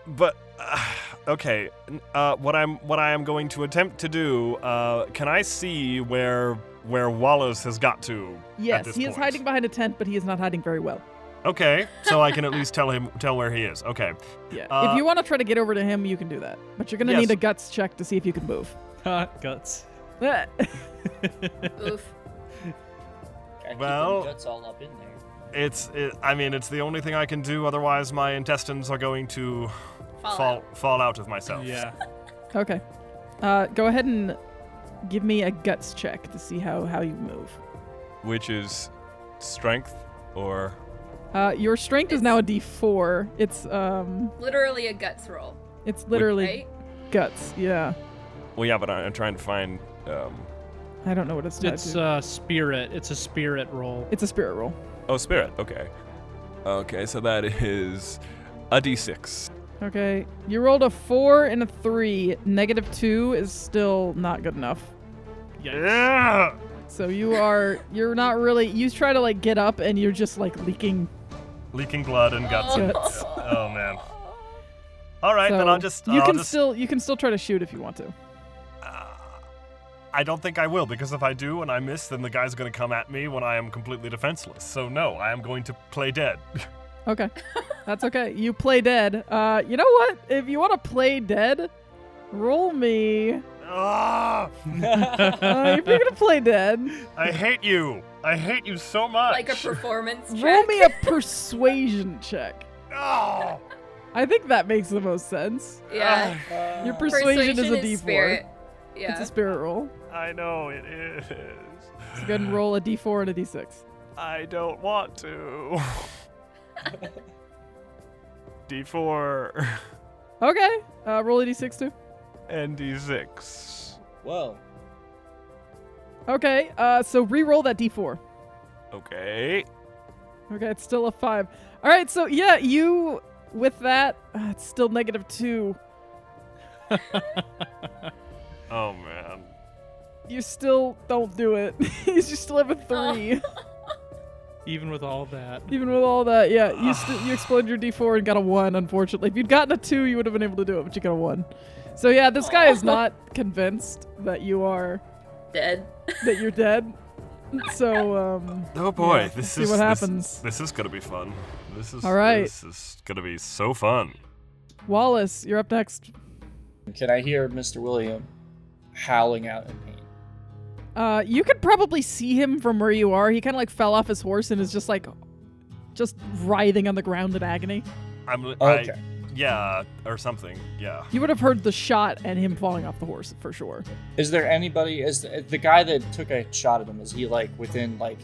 E: But uh, okay, n- uh, what I'm what I am going to attempt to do? Uh, can I see where where Wallace has got to? at
A: Yes,
E: this
A: he is
E: point?
A: hiding behind a tent, but he is not hiding very well.
E: Okay, so I can at least tell him tell where he is. Okay,
A: Yeah.
E: Uh,
A: if you want to try to get over to him, you can do that, but you're gonna
E: Yes.
A: need a guts check to see if you can move.
D: Ha, Guts.
B: Oof.
C: Gotta keep them
E: Well-
C: guts all up in there.
E: it's it, I mean it's the only thing I can do. Otherwise, my intestines are going to
B: Fall.
E: fall fall out of myself.
D: Yeah.
A: Okay. Uh, go ahead and give me a guts check to see how, how you move.
E: which is strength or
A: Uh, your strength is
B: It's-
A: now a D4. It's um,
B: Literally a guts roll,
A: it's literally
B: right?
A: guts. Yeah.
E: well, yeah, but I, I'm trying to find. Um,
A: I don't know what it's. tied
D: It's
A: to.
D: uh, spirit. It's a spirit roll.
A: it's a spirit roll.
F: Oh, spirit. Okay. Okay, so that is a d6.
A: Okay. You rolled a four and a three. Negative two is still not good enough.
D: Yikes.
E: yeah.
A: So you are you're not really. You try to like get up and you're just like leaking.
E: Leaking blood and guts.
A: Oh.
E: Oh,
A: Guts.
E: man. All right, then
A: So
E: I'll just.
A: you
E: I'll
A: can
E: just,
A: still you can still try to shoot if you want to.
E: I don't think I will because if I do and I miss, then the guy's going to come at me when I am completely defenseless. So no, I am going to play dead.
A: Okay. That's okay. You play dead. Uh, you know what? If you want to play dead, roll me.
E: Ah,
A: Uh, if you're going to play dead,
E: I hate you. I hate you so much.
B: Like a performance check.
A: roll me a persuasion check.
E: Ah.
A: I think that makes the most sense.
C: Ah.
B: yeah.
A: Your
C: Uh,
A: persuasion, is a d4.
B: spirit. Yeah.
A: It's a spirit roll.
E: I know it is.
A: So go ahead and roll a d4 and a d6.
E: I don't want to. D4
A: Okay. Uh, roll a d6 too.
E: and D6.
C: Whoa.
A: Okay. Uh, so re-roll that d4.
E: Okay.
A: Okay, it's still a five. All right, so yeah, you with that, uh, it's still negative two.
E: Oh man.
A: You still don't do it. you still have a
B: Oh.
A: three,
D: Even with all that.
A: even with all that. Yeah, you st- you exploded your D4 and got a one. Unfortunately, if you'd gotten a two, you would have been able to do it, but you got a one. So yeah, this guy is not convinced that you are
B: Dead.
A: that you're dead. So um,
E: Oh boy,
A: Yeah,
E: this
A: see
E: is
A: what
E: this-
A: happens.
E: This, is gonna be fun. This is
A: All right.
E: This is gonna be so fun.
A: Wallace, you're up next.
C: Can I hear Mr. William howling out in pain?
A: Uh, you could probably see him from where you are. He kind of like fell off his horse and is just like, just writhing on the ground in agony.
E: I'm li-
C: Okay.
E: I, yeah, or something. Yeah.
A: You would have heard the shot and him falling off the horse for sure.
C: Is there anybody? Is the, the guy that took a shot at him? Is he like within like,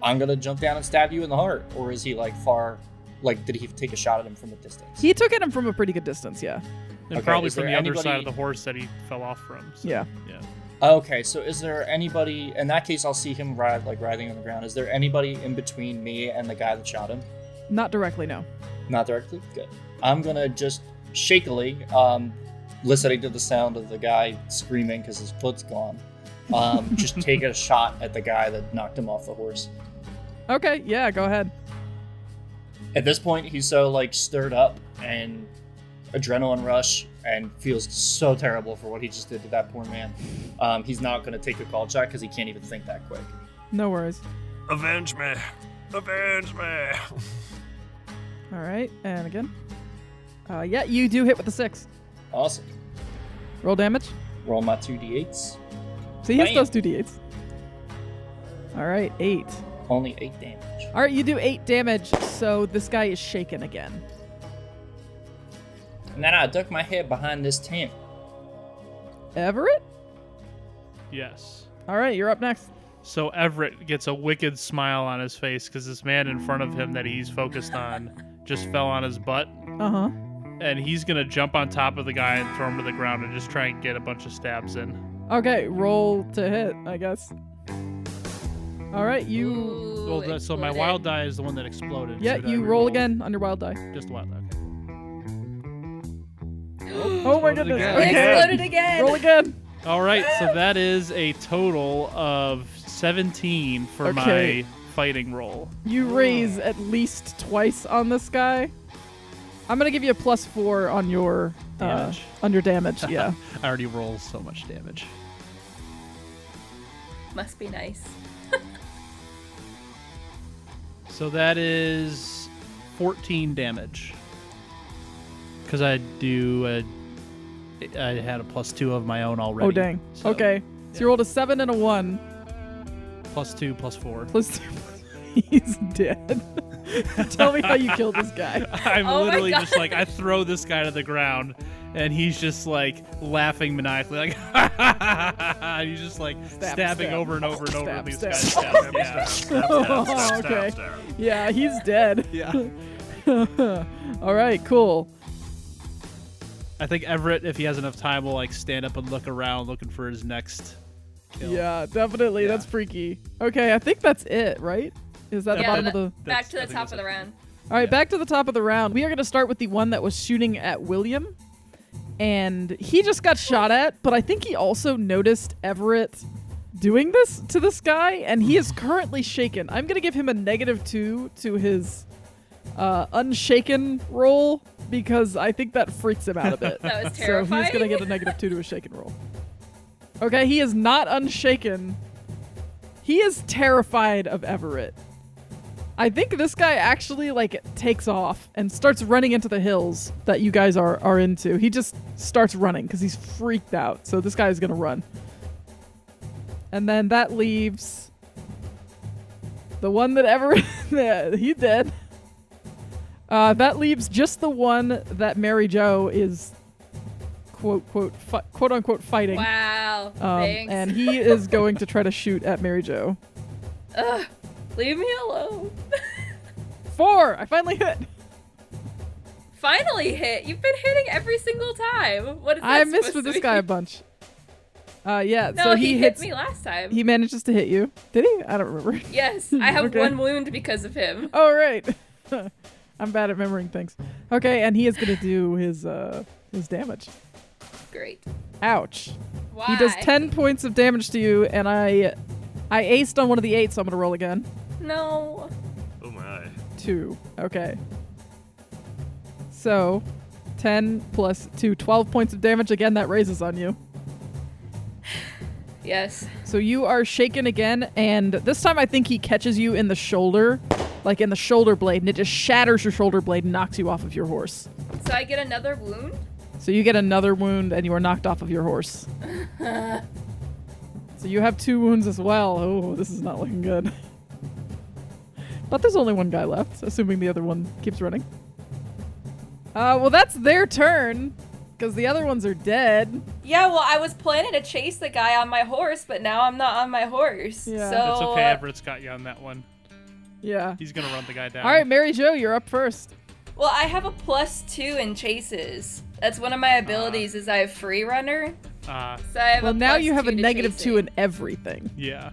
C: I'm gonna jump down and stab you in the heart, or is he like far? Like, did he take a shot at him from a distance?
A: He took at him from a pretty good distance, yeah.
D: And
C: Okay,
D: probably
C: is
D: from the
C: there
D: other side of
C: anybody-
D: the horse that he fell off from. So,
A: Yeah.
D: Yeah.
C: Okay, so is there anybody? In that case, I'll see him ride like writhing on the ground. Is there anybody in between me and the guy that shot him?
A: Not directly, no.
C: Not directly. Good. I'm gonna just shakily, um, listening to the sound of the guy screaming because his foot's gone, um, just take a shot at the guy that knocked him off the horse.
A: Okay, yeah, go ahead.
C: At this point, he's so like stirred up and adrenaline rush and feels so terrible for what he just did to that poor man. Um, he's not gonna take a call shot because he can't even think that quick.
A: No worries.
E: Avenge me. Avenge me.
A: All right, and again. Uh, yeah, you do hit with a six.
C: Awesome.
A: Roll damage.
C: Roll my two d8s.
A: So he has
C: Bam.
A: those two d8s. All right, eight.
C: Only eight damage.
A: All right, you do eight damage, so this guy is shaken again.
C: And then I duck my head behind this tent.
A: Everett?
D: Yes.
A: All right, you're up next.
D: So Everett gets a wicked smile on his face because this man in front of him that he's focused on just fell on his butt,
A: Uh huh.
D: and he's gonna jump on top of the guy and throw him to the ground and just try and get a bunch of stabs in.
A: Okay, roll to hit, I guess. All right, you.
B: Ooh,
D: Well, that, so my
B: exploded.
D: wild die is the one that exploded.
A: Yeah,
D: Should I
A: you roll
D: re-roll?
A: again on your wild die.
D: Just wild. die, Okay.
A: Oh my
D: Exploded
A: goodness.
D: again.
B: It
A: Okay.
B: exploded again.
A: Roll again.
D: All right, so that is a total of 17 for
A: Okay.
D: my fighting roll.
A: You raise at least twice on this guy. I'm gonna give you a plus four on your uh,
D: Damage.
A: on your damage. Yeah.
D: I already roll so much damage.
B: Must be nice.
D: So that is 14 damage. Because I do, a, I had a plus two of my own already.
A: oh dang.
D: So
A: okay. So you rolled a seven and a one.
D: Plus two, plus four.
A: Plus two. He's dead. Tell me how you killed this guy.
D: I'm
B: Oh my
D: literally
B: God.
D: just like, I throw this guy to the ground, and he's just like laughing maniacally, like, and he's just like
A: Stab,
D: stabbing
A: stab.
D: over and over and over
A: Stab,
D: these
A: stab.
D: guys. Stab, yeah.
A: Oh, okay. Yeah, he's dead.
D: yeah.
A: All right. Cool.
D: I think Everett, if he has enough time, will like stand up and look around looking for his next kill.
A: Yeah, definitely. That's freaky. Okay, I think that's it. Right? Is that the
D: Yeah,
A: bottom of
B: that-
A: the?
B: back
D: That's-
B: to the
D: I think
B: top
D: that's
B: of the
D: it.
B: round.
A: All right, back to the top of the round. We are going to start with the one that was shooting at William. And he just got shot at, but I think he also noticed Everett doing this to this guy, and he is currently shaken. I'm going to give him a negative two to his uh, unshaken roll because I think that freaks him out a bit.
B: That was
A: so he's
B: terrifying.
A: going to get a negative two to his shaken roll. Okay, he is not unshaken. He is terrified of Everett. I think this guy actually like takes off and starts running into the hills that you guys are are into. He just starts running because he's freaked out. So this guy is gonna run. And then that leaves the one that ever yeah, he did. Uh, that leaves just the one that Mary Joe is quote quote fi- quote unquote fighting.
B: Wow.
A: Um,
B: thanks.
A: and he is going to try to shoot at Mary Joe.
B: Ugh, leave me alone.
A: Four! I finally hit.
B: Finally hit. You've been hitting every single time. What is that
A: I missed
B: supposed
A: with
B: to
A: this
B: mean?
A: guy a bunch. Uh, yeah.
B: No,
A: so
B: he,
A: he,
B: hit
A: hits.
B: me last time.
A: He manages to hit you. Did he? I don't remember.
B: Yes, I have
A: Okay.
B: one wound because of him.
A: oh right. I'm bad at remembering things. Okay, and he is gonna do his uh his damage.
B: Great.
A: Ouch.
B: Why?
A: He does ten points of damage to you, and I I aced on one of the eight, so I'm gonna roll again.
B: No.
E: Oh my.
A: Two. Okay. So, ten plus two, 12 points of damage again. That raises on you.
B: Yes.
A: So you are shaken again, and this time I think he catches you in the shoulder, like in the shoulder blade, and it just shatters your shoulder blade and knocks you off of your horse.
B: So I get another wound.
A: So you get another wound, and you are knocked off of your horse. so you have two wounds as well. Oh, this is not looking good. But there's only one guy left, assuming the other one keeps running. Uh, well, that's their turn, because the other ones are dead.
B: Yeah, well, I was planning to chase the guy on my horse, but now I'm not on my horse.
A: Yeah.
B: So
A: That's
D: It's okay,
B: uh,
D: Everett's got you on that one.
A: Yeah.
D: He's gonna run the guy down.
A: All right, Mary Jo, you're up first.
B: Well, I have a plus two in chases. That's one of my abilities. is I have free runner,
D: Uh,
B: so I have.
A: Well,
B: a
A: now
B: plus
A: you have
B: two
A: a
B: to
A: negative
B: chasing.
A: two in everything.
D: yeah.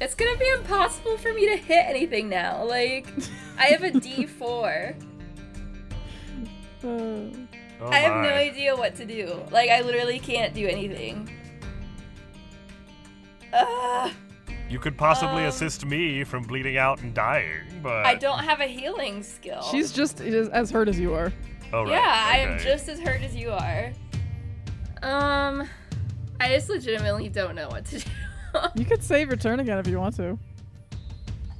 B: It's gonna be impossible for me to hit anything now. Like, I have a D4.
A: Uh,
E: Oh
B: I have
E: my.
B: no idea what to do. Like, I literally can't do anything. Ugh,
E: You could possibly
B: Um,
E: assist me from bleeding out and dying, but
B: I don't have a healing skill.
A: She's just is as hurt as you are.
E: Oh, right.
B: Yeah, I am
E: okay.
B: just as hurt as you are. Um, I just legitimately don't know what to do.
A: You could save your turn again if you want to.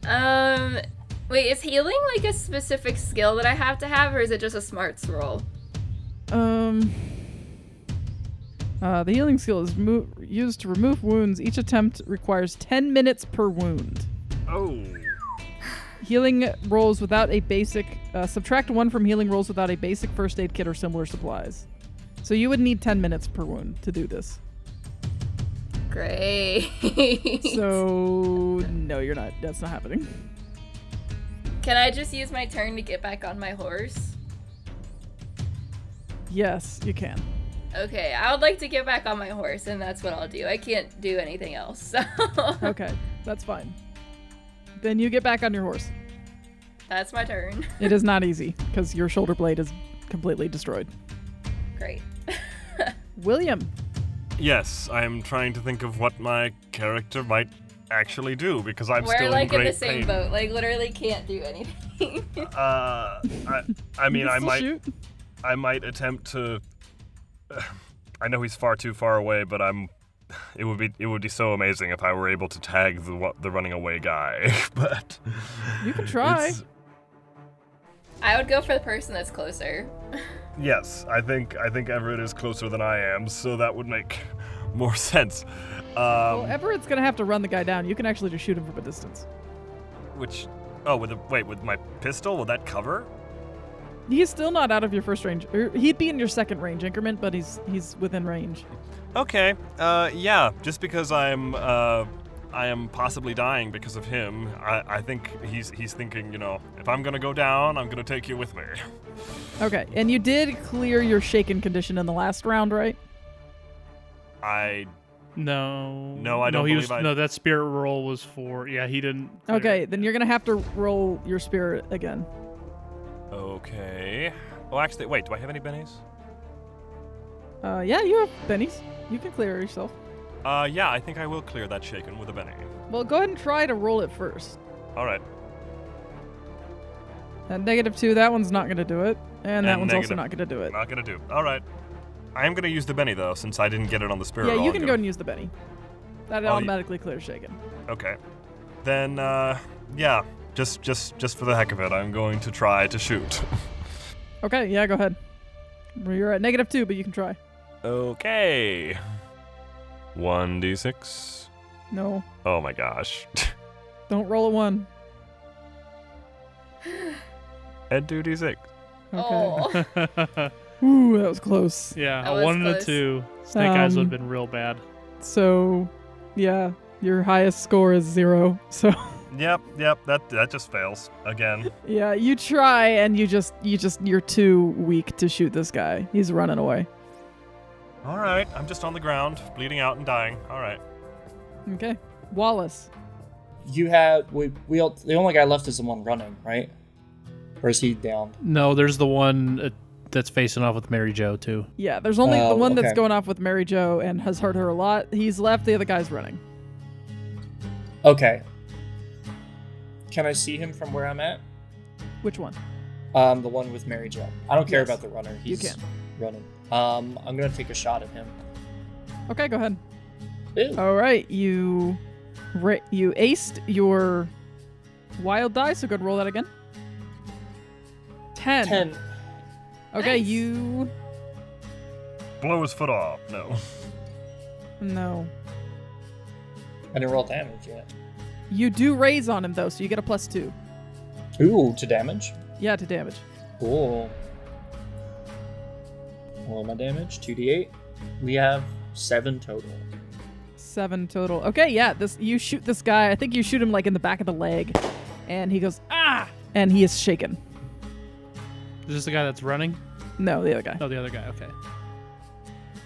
B: um, wait, is healing like a specific skill that I have to have, or is it just a smarts roll?
A: Um. Uh, the healing skill is mo- used to remove wounds. Each attempt requires 10 minutes per wound.
E: Oh.
A: Healing rolls without a basic. Uh, subtract one from healing rolls without a basic first aid kit or similar supplies. So you would need 10 minutes per wound to do this.
B: Great.
A: So. No, you're not. That's not happening.
B: Can I just use my turn to get back on my horse?
A: Yes, you can.
B: Okay, I would like to get back on my horse, and that's what I'll do. I can't do anything else. So
A: Okay, that's fine. Then you get back on your horse.
B: that's my turn.
A: It is not easy because your shoulder blade is completely destroyed.
B: Great.
A: William,
E: Yes, I am trying to think of what my character might actually do because I'm
B: We're
E: still
B: like
E: in
B: in
E: great
B: the same
E: pain.
B: boat. Like literally can't do anything.
E: Uh, I, I mean,
A: you
E: I
A: still
E: might,
A: shoot?
E: I might attempt to. I know he's far too far away, but I'm. It would be, it would be so amazing if I were able to tag the wa- the running away guy, but
A: You can try.
E: it's-
B: I would go for the person that's closer.
E: Yes, I think I think Everett is closer than I am, so that would make more sense. Um,
A: well, Everett's gonna have to run the guy down. You can actually just shoot him from a distance.
E: which, oh, with a, wait, with my pistol, will that cover?
A: He's still not out of your first range. er, He'd be in your second range increment, but he's he's within range.
E: Okay. Uh, yeah. Just because I'm, uh, I am possibly dying because of him. I, I think he's he's thinking, you know, if I'm gonna go down, I'm gonna take you with me.
A: Okay, and you did clear your shaken condition in the last round, right?
E: I
D: No.
E: No, I don't
D: he was,
E: believe I-
D: No, that spirit roll was for. Yeah, he didn't. clear
A: Okay,
D: it.
A: then you're gonna have to roll your spirit again.
E: okay. Oh, actually, wait. Do I have any bennies?
A: Uh, yeah, you have bennies. You can clear yourself.
E: Uh, yeah. I think I will clear that shaken with a benny.
A: Well, go ahead and try to roll it first.
E: All right.
A: That negative two, that one's not gonna do it, and that
E: And
A: one's also
E: negative.
A: not gonna do it.
E: Not gonna do. All right. I am gonna use the benny though, since I didn't get it on the spirit.
A: Yeah,
E: roll.
A: you
E: I'm
A: can go
E: gonna-
A: and use the Benny. That
E: I'll u-
A: automatically clears Shaken.
E: Okay. then uh, yeah, just just just for the heck of it, I'm going to try to shoot.
A: Okay, yeah, go ahead. You're at negative two, but you can try.
E: Okay. One d six.
A: No,
E: Oh my gosh.
A: don't roll a one.
E: and two d six.
A: Okay.
B: Oh,
A: Ooh, that was close.
D: yeah,
B: That
D: a
B: was
D: one and a
B: close.
D: two. Snake eyes would
A: Um,
D: have been real bad.
A: So, yeah, your highest score is zero. So,
E: Yep, yep. That that just fails again.
A: yeah, you try and you just, you just, you're too weak to shoot this guy. He's running away.
E: All right, I'm just on the ground, bleeding out and dying. All right.
A: Okay. Wallace.
C: You have we we all, the only guy left is the one running, right? Or is he down?
D: No, there's the one uh, that's facing off with Mary Joe too.
A: Yeah, there's only the
C: Oh,
A: one that's
C: okay.
A: going off with Mary Jo and has hurt her a lot. He's left, the other guy's running.
C: Okay. Can I see him from where I'm at?
A: Which one?
C: Um, the one with Mary Jo. I don't care
A: Yes.
C: about the runner.
A: You
C: He's
A: can.
C: running. Um, I'm gonna take a shot at him.
A: Okay, go ahead.
C: Ew.
A: All right, you ra- you aced your wild die, so good roll that again. 10.
C: Ten.
A: Okay,
B: Nice.
A: you
E: Blow his foot off. No.
A: no.
C: I didn't roll damage yet.
A: You do raise on him though, so you get a plus 2.
C: Ooh, to damage.
A: Yeah, to damage.
C: Cool. Roll my damage. Two d eight. We have seven total.
A: 7 total. Okay, yeah, this you shoot this guy. I think you shoot him like in the back of the leg and he goes ah and he is shaken.
D: Is this the guy that's running?
A: No, the other guy.
D: No, the other guy. Okay.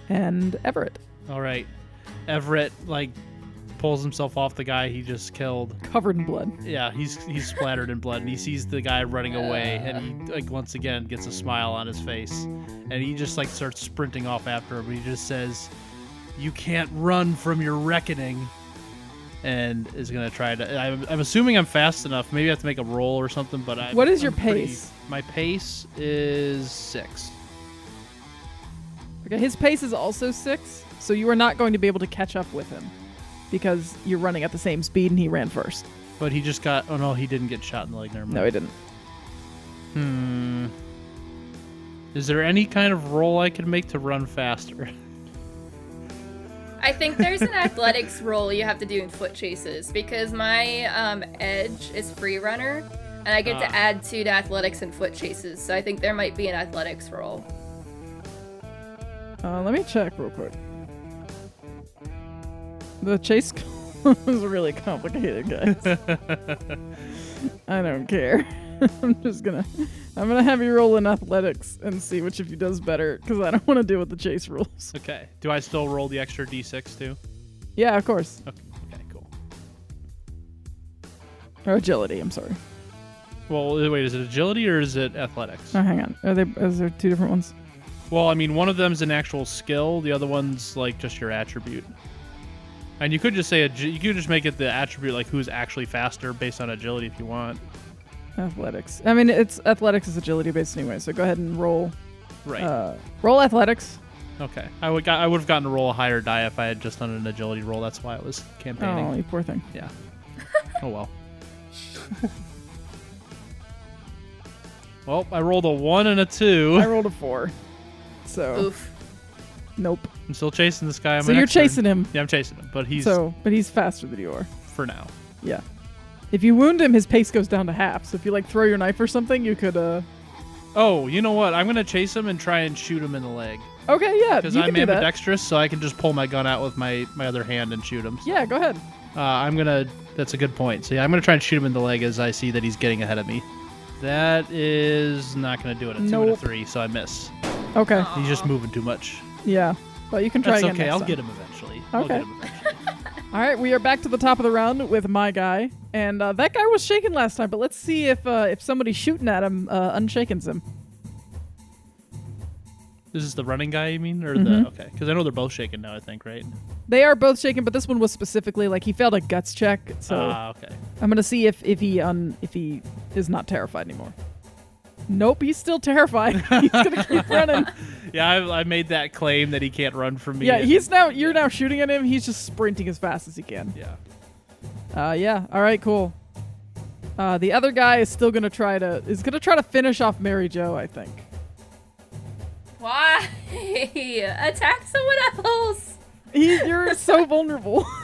A: And Everett
D: All right. Everett like pulls himself off the guy he just killed.
A: covered in blood.
D: Yeah, he's he's splattered in blood, and he sees the guy running away, and he like once again gets a smile on his face, and he just like starts sprinting off after him. But he just says, "You can't run from your reckoning," and is gonna try to. I'm, I'm assuming I'm fast enough. Maybe I have to make a roll or something. But I,
A: What is your
D: I'm pretty-
A: pace?
D: my pace is six.
A: Okay, his pace is also six, so you are not going to be able to catch up with him because you're running at the same speed and he ran first.
D: But he just got. Oh no, he didn't get shot in the leg. Never mind.
A: No, he didn't.
D: Hmm. Is there any kind of roll I could make to run faster?
B: I think there's an athletics roll you have to do in foot chases because my um, edge is free runner, and I get
D: Ah.
B: to add two to athletics and foot chases. So I think there might be an athletics roll.
A: Uh, let me check real quick. The chase is really complicated, guys. I don't care. I'm just gonna, I'm gonna have you roll in athletics and see which of you does better, because I don't want to deal with the chase rules.
D: Okay. Do I still roll the extra d6 too?
A: Yeah, of course.
D: Okay, okay cool.
A: Or agility. I'm sorry.
D: Well, wait, is it agility or is it athletics?
A: Oh, hang on. Are they? Is there two different ones?
D: Well, I mean, one of them's an actual skill, the other one's like just your attribute. And you could just say, ag- you could just make it the attribute like who's actually faster based on agility if you want.
A: Athletics. I mean, it's athletics is agility based anyway. So go ahead and roll.
D: Right.
A: Uh, roll athletics.
D: okay. I would got, I would have gotten to roll a higher die if I had just done an agility roll. That's why I was campaigning.
A: Oh, you poor thing.
D: Yeah. oh well. well, I rolled a one and a
A: I
D: two.
A: rolled a four. So
B: Oof.
A: nope.
D: I'm still chasing this guy. I'm
A: so
D: an
A: you're
D: expert.
A: chasing him.
D: Yeah, I'm chasing him, but he's
A: so, but he's faster than you are.
D: for now.
A: Yeah. If you wound him, his pace goes down to half. So if you like throw your knife or something, you could. uh
D: Oh, you know what? I'm gonna chase him and try and shoot him in the leg
A: Okay, yeah, you
D: because
A: can
D: I'm
A: do that.
D: ambidextrous, so I can just pull my gun out with my my other hand and shoot him.
A: Yeah, go ahead.
D: Uh, I'm gonna. That's a good point. So yeah, I'm gonna try and shoot him in the leg as I see that he's getting ahead of me. That is not gonna do it. A two and a
A: Nope.
D: three, so I miss.
A: Okay,
D: He's just moving too much.
A: yeah, but you can try
D: That's
A: again.
D: okay.
A: next
D: I'll
A: time.
D: get him eventually. I'll
A: Okay.
D: get him eventually.
A: All right, we are back to the top of the round with my guy, and uh, that guy was shaken last time. But let's see if uh, if somebody shooting at him uh, unshakens him.
D: This is the running guy, you mean, or
A: Mm-hmm.
D: the okay? Because I know they're both shaking now. I think, right?
A: They are both shaken, but this one was specifically like he failed a guts check. So
D: Ah, okay.
A: I'm gonna see if if he un if he is not terrified anymore. Nope, he's still terrified. he's gonna keep running.
D: Yeah, I, I made that claim that he can't run from me.
A: Yeah,
D: and-
A: he's now you're now shooting at him. He's just sprinting as fast as he can.
D: yeah.
A: Uh, yeah. All right. Cool. Uh, the other guy is still gonna try to is gonna try to finish off Mary Joe. I think.
B: Why? Attack someone else!
A: He, you're so vulnerable.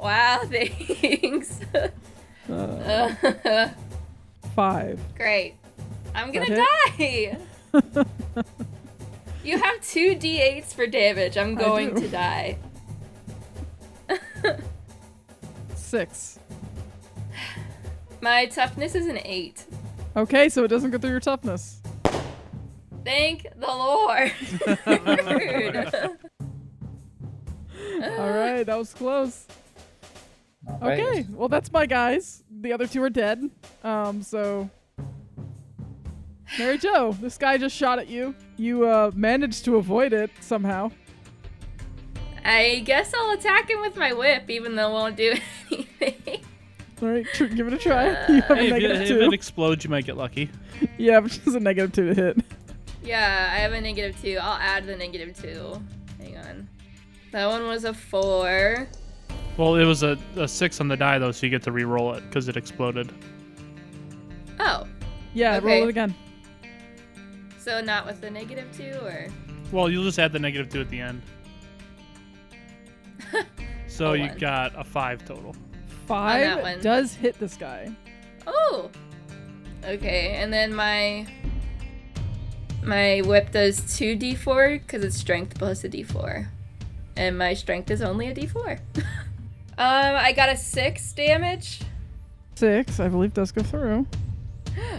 B: Wow, thanks.
A: Uh,
B: Uh,
A: five.
B: great. I'm gonna
A: That
B: die! You have two d8s for damage. I'm
A: I
B: going
A: do.
B: to die.
A: Six.
B: My toughness is an 8.
A: Okay, so it doesn't go through your toughness.
B: Thank the Lord.
A: All right, that was close.
C: Not bad.
A: Okay, well that's my guys. The other two are dead. Um, so Mary Joe, this guy just shot at you. You uh, managed to avoid it somehow.
B: I guess I'll attack him with my whip, even though it won't do anything.
A: All right, tr- give it a try. You have a
D: Hey, if, it,
A: negative
D: if it
A: two.
D: explodes, you might get lucky.
A: Yeah, which is a negative two to hit.
B: yeah, I have a negative two. I'll add the negative two. Hang on. That one was a four.
D: Well, it was a, a six on the die though, so you get to re-roll it because it exploded.
B: Oh,
A: Yeah,
B: Okay.
A: roll it again.
B: so not with the negative two, or
D: Well, you'll just add the negative two at the end. so
B: A
D: you
B: one.
D: got a five total.
A: Five
B: one.
A: does hit this guy.
B: oh. Okay, and then my my whip does two d4 because it's strength plus a d4, and my strength is only a d4. um, I got a six damage.
A: Six, I believe, does go through. Uh,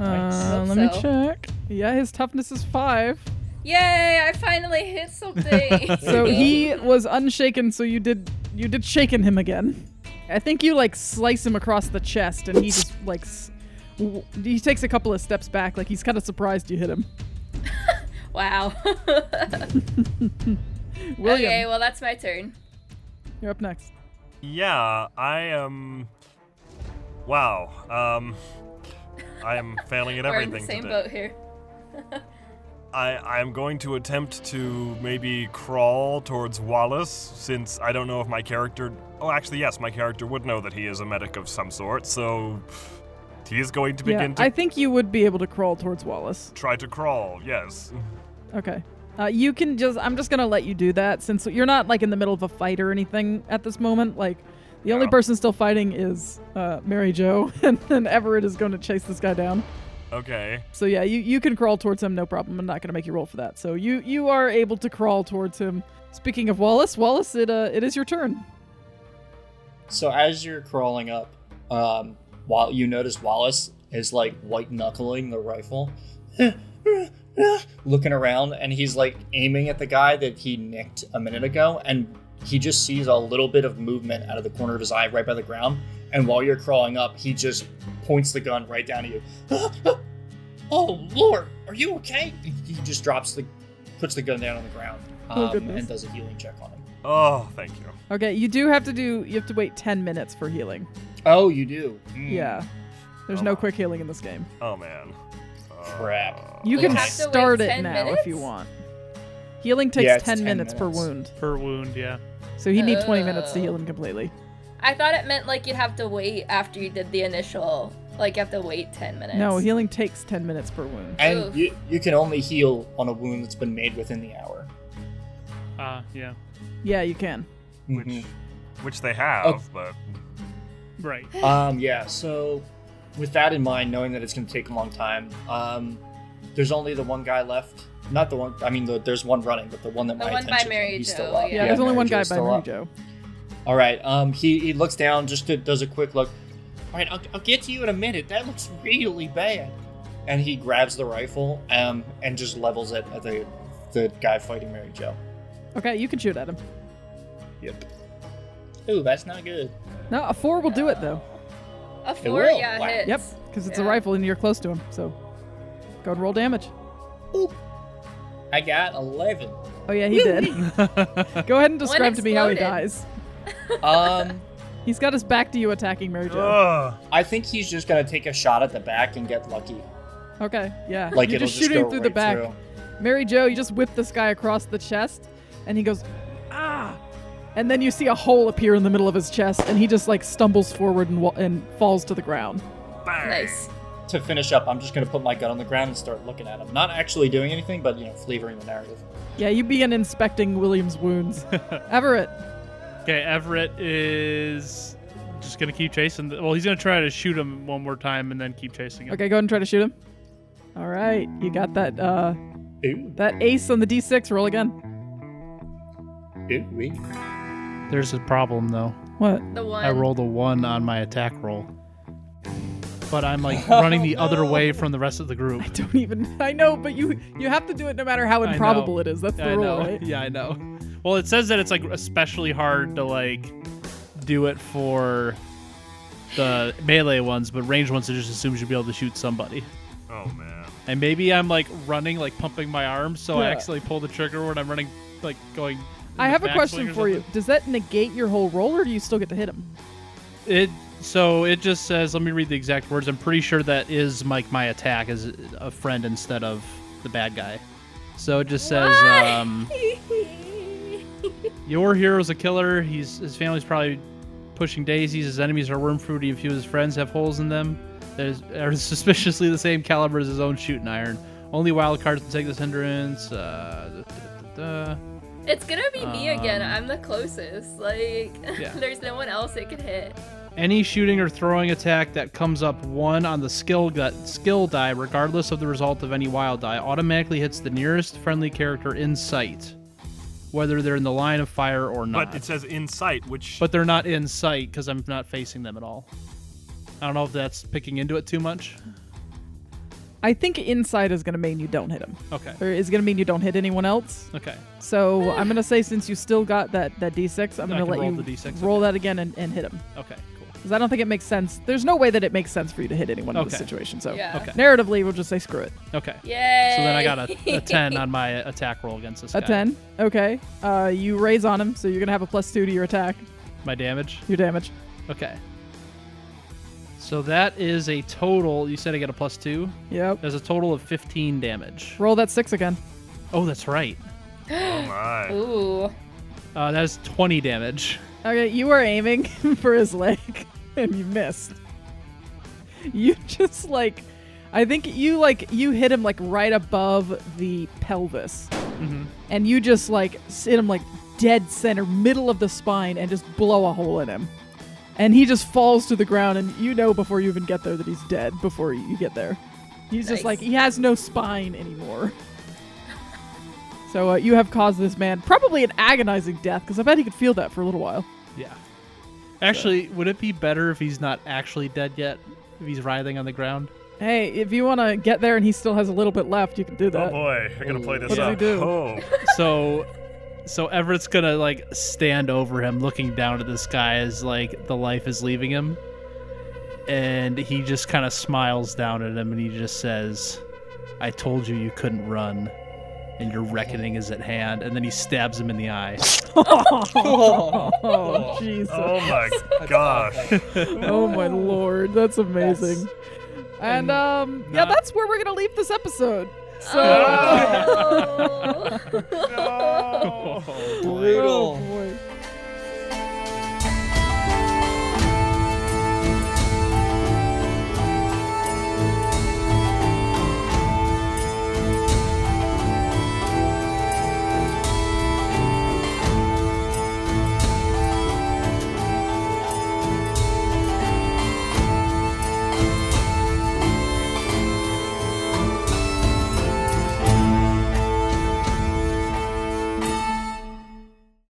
B: Hope
A: let me
B: so.
A: check. Yeah, his toughness is five.
B: Yay! I finally hit something.
A: So he was unshaken, so you did you did shaken him again. I think you like slice him across the chest, and he just like s- w- he takes a couple of steps back, like he's kind of surprised you hit him.
B: Wow.
A: William,
B: Okay, well that's my turn.
A: you're up next.
E: Yeah, I am. Wow. Um, I am failing at
B: We're
E: everything
B: in the same
E: today.
B: boat here.
E: I I am going to attempt to maybe crawl towards Wallace, since I don't know if my character. Oh, actually, yes, my character would know that he is a medic of some sort, so he is going to begin
A: yeah,
E: to
A: I think you would be able to crawl towards Wallace.
E: try to crawl. Yes.
A: Okay. Uh, you can just. I'm just gonna let you do that since you're not like in the middle of a fight or anything at this moment. Like, the only
E: Yeah.
A: person still fighting is uh, Mary Jo, and then Everett is going to chase this guy down.
E: Okay.
A: So yeah, you, you can crawl towards him, no problem. I'm not gonna make you roll for that. So you you are able to crawl towards him. Speaking of Wallace, Wallace, it uh, it is your turn.
C: So as you're crawling up, um, while you notice Wallace is like white knuckling the rifle, looking around, and he's like aiming at the guy that he nicked a minute ago, and he just sees a little bit of movement out of the corner of his eye right by the ground. And while you're crawling up, he just points the gun right down at you. oh Lord, are you okay? He he just drops the, puts the gun down on the ground,
A: Oh,
C: um,
A: goodness.
C: and does a healing check on him.
E: Oh, thank you.
A: Okay, you do have to do. You have to wait ten minutes for healing.
C: Oh, you do. Hmm.
A: Yeah, there's
E: Oh
A: no
E: my.
A: quick healing in this game.
E: Mm. Oh man. Uh,
C: Crap.
A: You
B: We
A: can
B: have to wait
A: start it
B: 10
A: now if you
B: minutes?
A: want. Healing takes
C: Yeah, it's
A: 10,
C: 10
A: minutes, per
C: minutes.
A: wound,
D: Per wound, yeah.
A: so he needs 20 minutes to
B: Oh.
A: heal him completely.
B: I thought it meant like you'd have to wait after you did the initial. Like you have to wait ten minutes.
A: No, healing takes 10 minutes per wound.
C: And
B: Oof.
C: you, you can only heal on a wound that's been made within the hour.
D: Uh, yeah.
A: Yeah, you can.
E: Which,
C: Mhm.
E: which they have,
C: Oh.
E: but
D: Right.
C: Um, yeah, so with that in mind, knowing that it's going to take a long time, um, there's only the one guy left. Not the one, I mean, the, there's one running, but the one that
B: The
C: my
B: one by
C: attention,
B: Mary
C: he's
B: Jo,
C: still up.
A: Yeah, there's only one guy
C: Jo's
A: by
C: still
A: Mary
C: up.
A: Jo.
C: All right, um, he, he looks down, just to, does a quick look. All right, I'll, I'll get to you in a minute. That looks really bad. And he grabs the rifle um, and just levels it at the, the guy fighting Mary Jo.
A: Okay, you can shoot at him.
C: Yep. Ooh, that's not good.
A: No, a four will do it though.
B: A four,
C: will.
B: yeah,
C: Wow.
B: hits.
A: Yep, because it's a
B: Yeah.
A: rifle and you're close to him, so go and roll damage.
C: I got 11.
A: Oh yeah, he did. Go ahead and describe to me how he
B: exploded.
A: dies.
C: Um,
A: He's got his back to you attacking Mary Jo.
E: Ugh.
C: I think he's just gonna take a shot at the back and get lucky.
A: Okay, yeah.
C: Like
A: you're
C: it'll
A: just
C: just,
A: shooting
C: go
A: through
C: right
A: the back.
C: through.
A: Mary Jo, you just whip this guy across the chest, and he goes, ah, And then you see a hole appear in the middle of his chest, and he just like stumbles forward and, wa- and falls to the ground.
E: Bang.
B: Nice.
C: To finish up, I'm just gonna put my gun on the ground and start looking at him. Not actually doing anything, but you know, flavoring the narrative.
A: Yeah, you begin inspecting William's wounds. Everett,
D: Okay, Everett is just gonna keep chasing. The, well, he's gonna try to shoot him one more time and then keep chasing him.
A: okay, go ahead and try to shoot him. All right, you got that uh,
C: Ooh,
A: that ace on the d6. Roll again.
C: ooh, wee.
D: There's a problem though.
A: What?
B: The one.
D: I rolled a one on my attack roll, but I'm like running the other way from the rest of the group.
A: I don't even. I know, but you you have to do it no matter how
D: know.
A: improbable it is. That's the
D: I
A: rule,
D: know.
A: right?
D: Yeah, I know. Well, it says that it's like especially hard to like do it for the melee ones, but range ones it just assumes you'll be able to shoot somebody.
E: Oh man.
D: And maybe I'm like running, like pumping my arm, so I
A: Yeah.
D: accidentally pull the trigger when I'm running, like going. in
A: I
D: the
A: have a
D: backswing
A: question
D: or
A: for you.
D: something.
A: Does that negate your whole roll, or do you still get to hit him?
D: It so it just says. Let me read the exact words. I'm pretty sure that is like my attack as a friend instead of the bad guy. So it just says.
B: Why?
D: Um, Your hero's a killer. He's his family's probably pushing daisies. His enemies are worm fruity. A few of his friends have holes in them that is, are suspiciously the same caliber as his own shooting iron. Only wild cards can take this hindrance. Uh, da, da, da, da.
B: it's gonna be me again.
D: Um,
B: I'm the closest. Like,
D: Yeah.
B: there's no one else it could hit.
D: Any shooting or throwing attack that comes up one on the skill gut skill die, regardless of the result of any wild die, automatically hits the nearest friendly character in sight, whether they're in the line of fire or not.
E: But it says in sight, which
D: but they're not in sight because I'm not facing them at all. I don't know if that's picking into it too much.
A: I think inside is going to mean you don't hit him,
D: Okay.
A: or is going to mean you don't hit anyone else.
D: Okay.
A: So I'm going to say since you still got that that d6, I'm
D: I
A: going to
D: can
A: let
D: roll
A: you
D: the D6,
A: roll that again and, and hit him
D: Okay. Cool.
A: because I don't think it makes sense. There's no way that it makes sense for you to hit anyone in this
D: Okay.
A: situation. So
B: Yeah.
D: Oh, Okay.
A: narratively, we'll just say screw it.
D: Okay.
B: Yay.
D: So then I got a, a 10 on my attack roll against this
A: A
D: guy.
A: ten, okay. Uh, you raise on him, so you're going to have a plus two to your attack,
D: My damage.
A: your damage.
D: Okay. So that is a total. You said I get a plus two?
A: Yep.
D: There's a total of 15 damage.
A: Roll that six again.
D: Oh, that's right.
E: oh my.
B: Ooh.
D: Uh, that is 20 damage.
A: Okay, you were aiming for his leg and you missed. You just like I think you like you hit him like right above the pelvis. And you just like s- hit him like dead center middle of the spine and just blow a hole in him. And he just falls to the ground and you know before you even get there that he's dead before you get there. He's just like
B: Nice.
A: he has no spine anymore. So uh, you have caused this man probably an agonizing death because I bet he could feel that for a little while.
D: Yeah. Actually, would it be better if he's not actually dead yet? If he's writhing on the ground?
A: Hey, if you want to get there and he still has a little bit left, you can do
E: Oh
A: that.
E: boy, I'm gonna play this
A: What does
E: up.
A: he do?
E: Oh,
D: so so everett's gonna like stand over him looking down at this guy as like the life is leaving him and he just kind of smiles down at him and he just says i told you you couldn't run and your reckoning is at hand and then he stabs him in the eye
A: Oh, Jesus. Oh.
E: oh my gosh.
A: my lord. That's amazing. And, um, yeah,
D: Not-
A: that's where we're going to leave this episode. So,
E: Ah.
B: Oh.
E: No.
A: oh,
C: Brutal.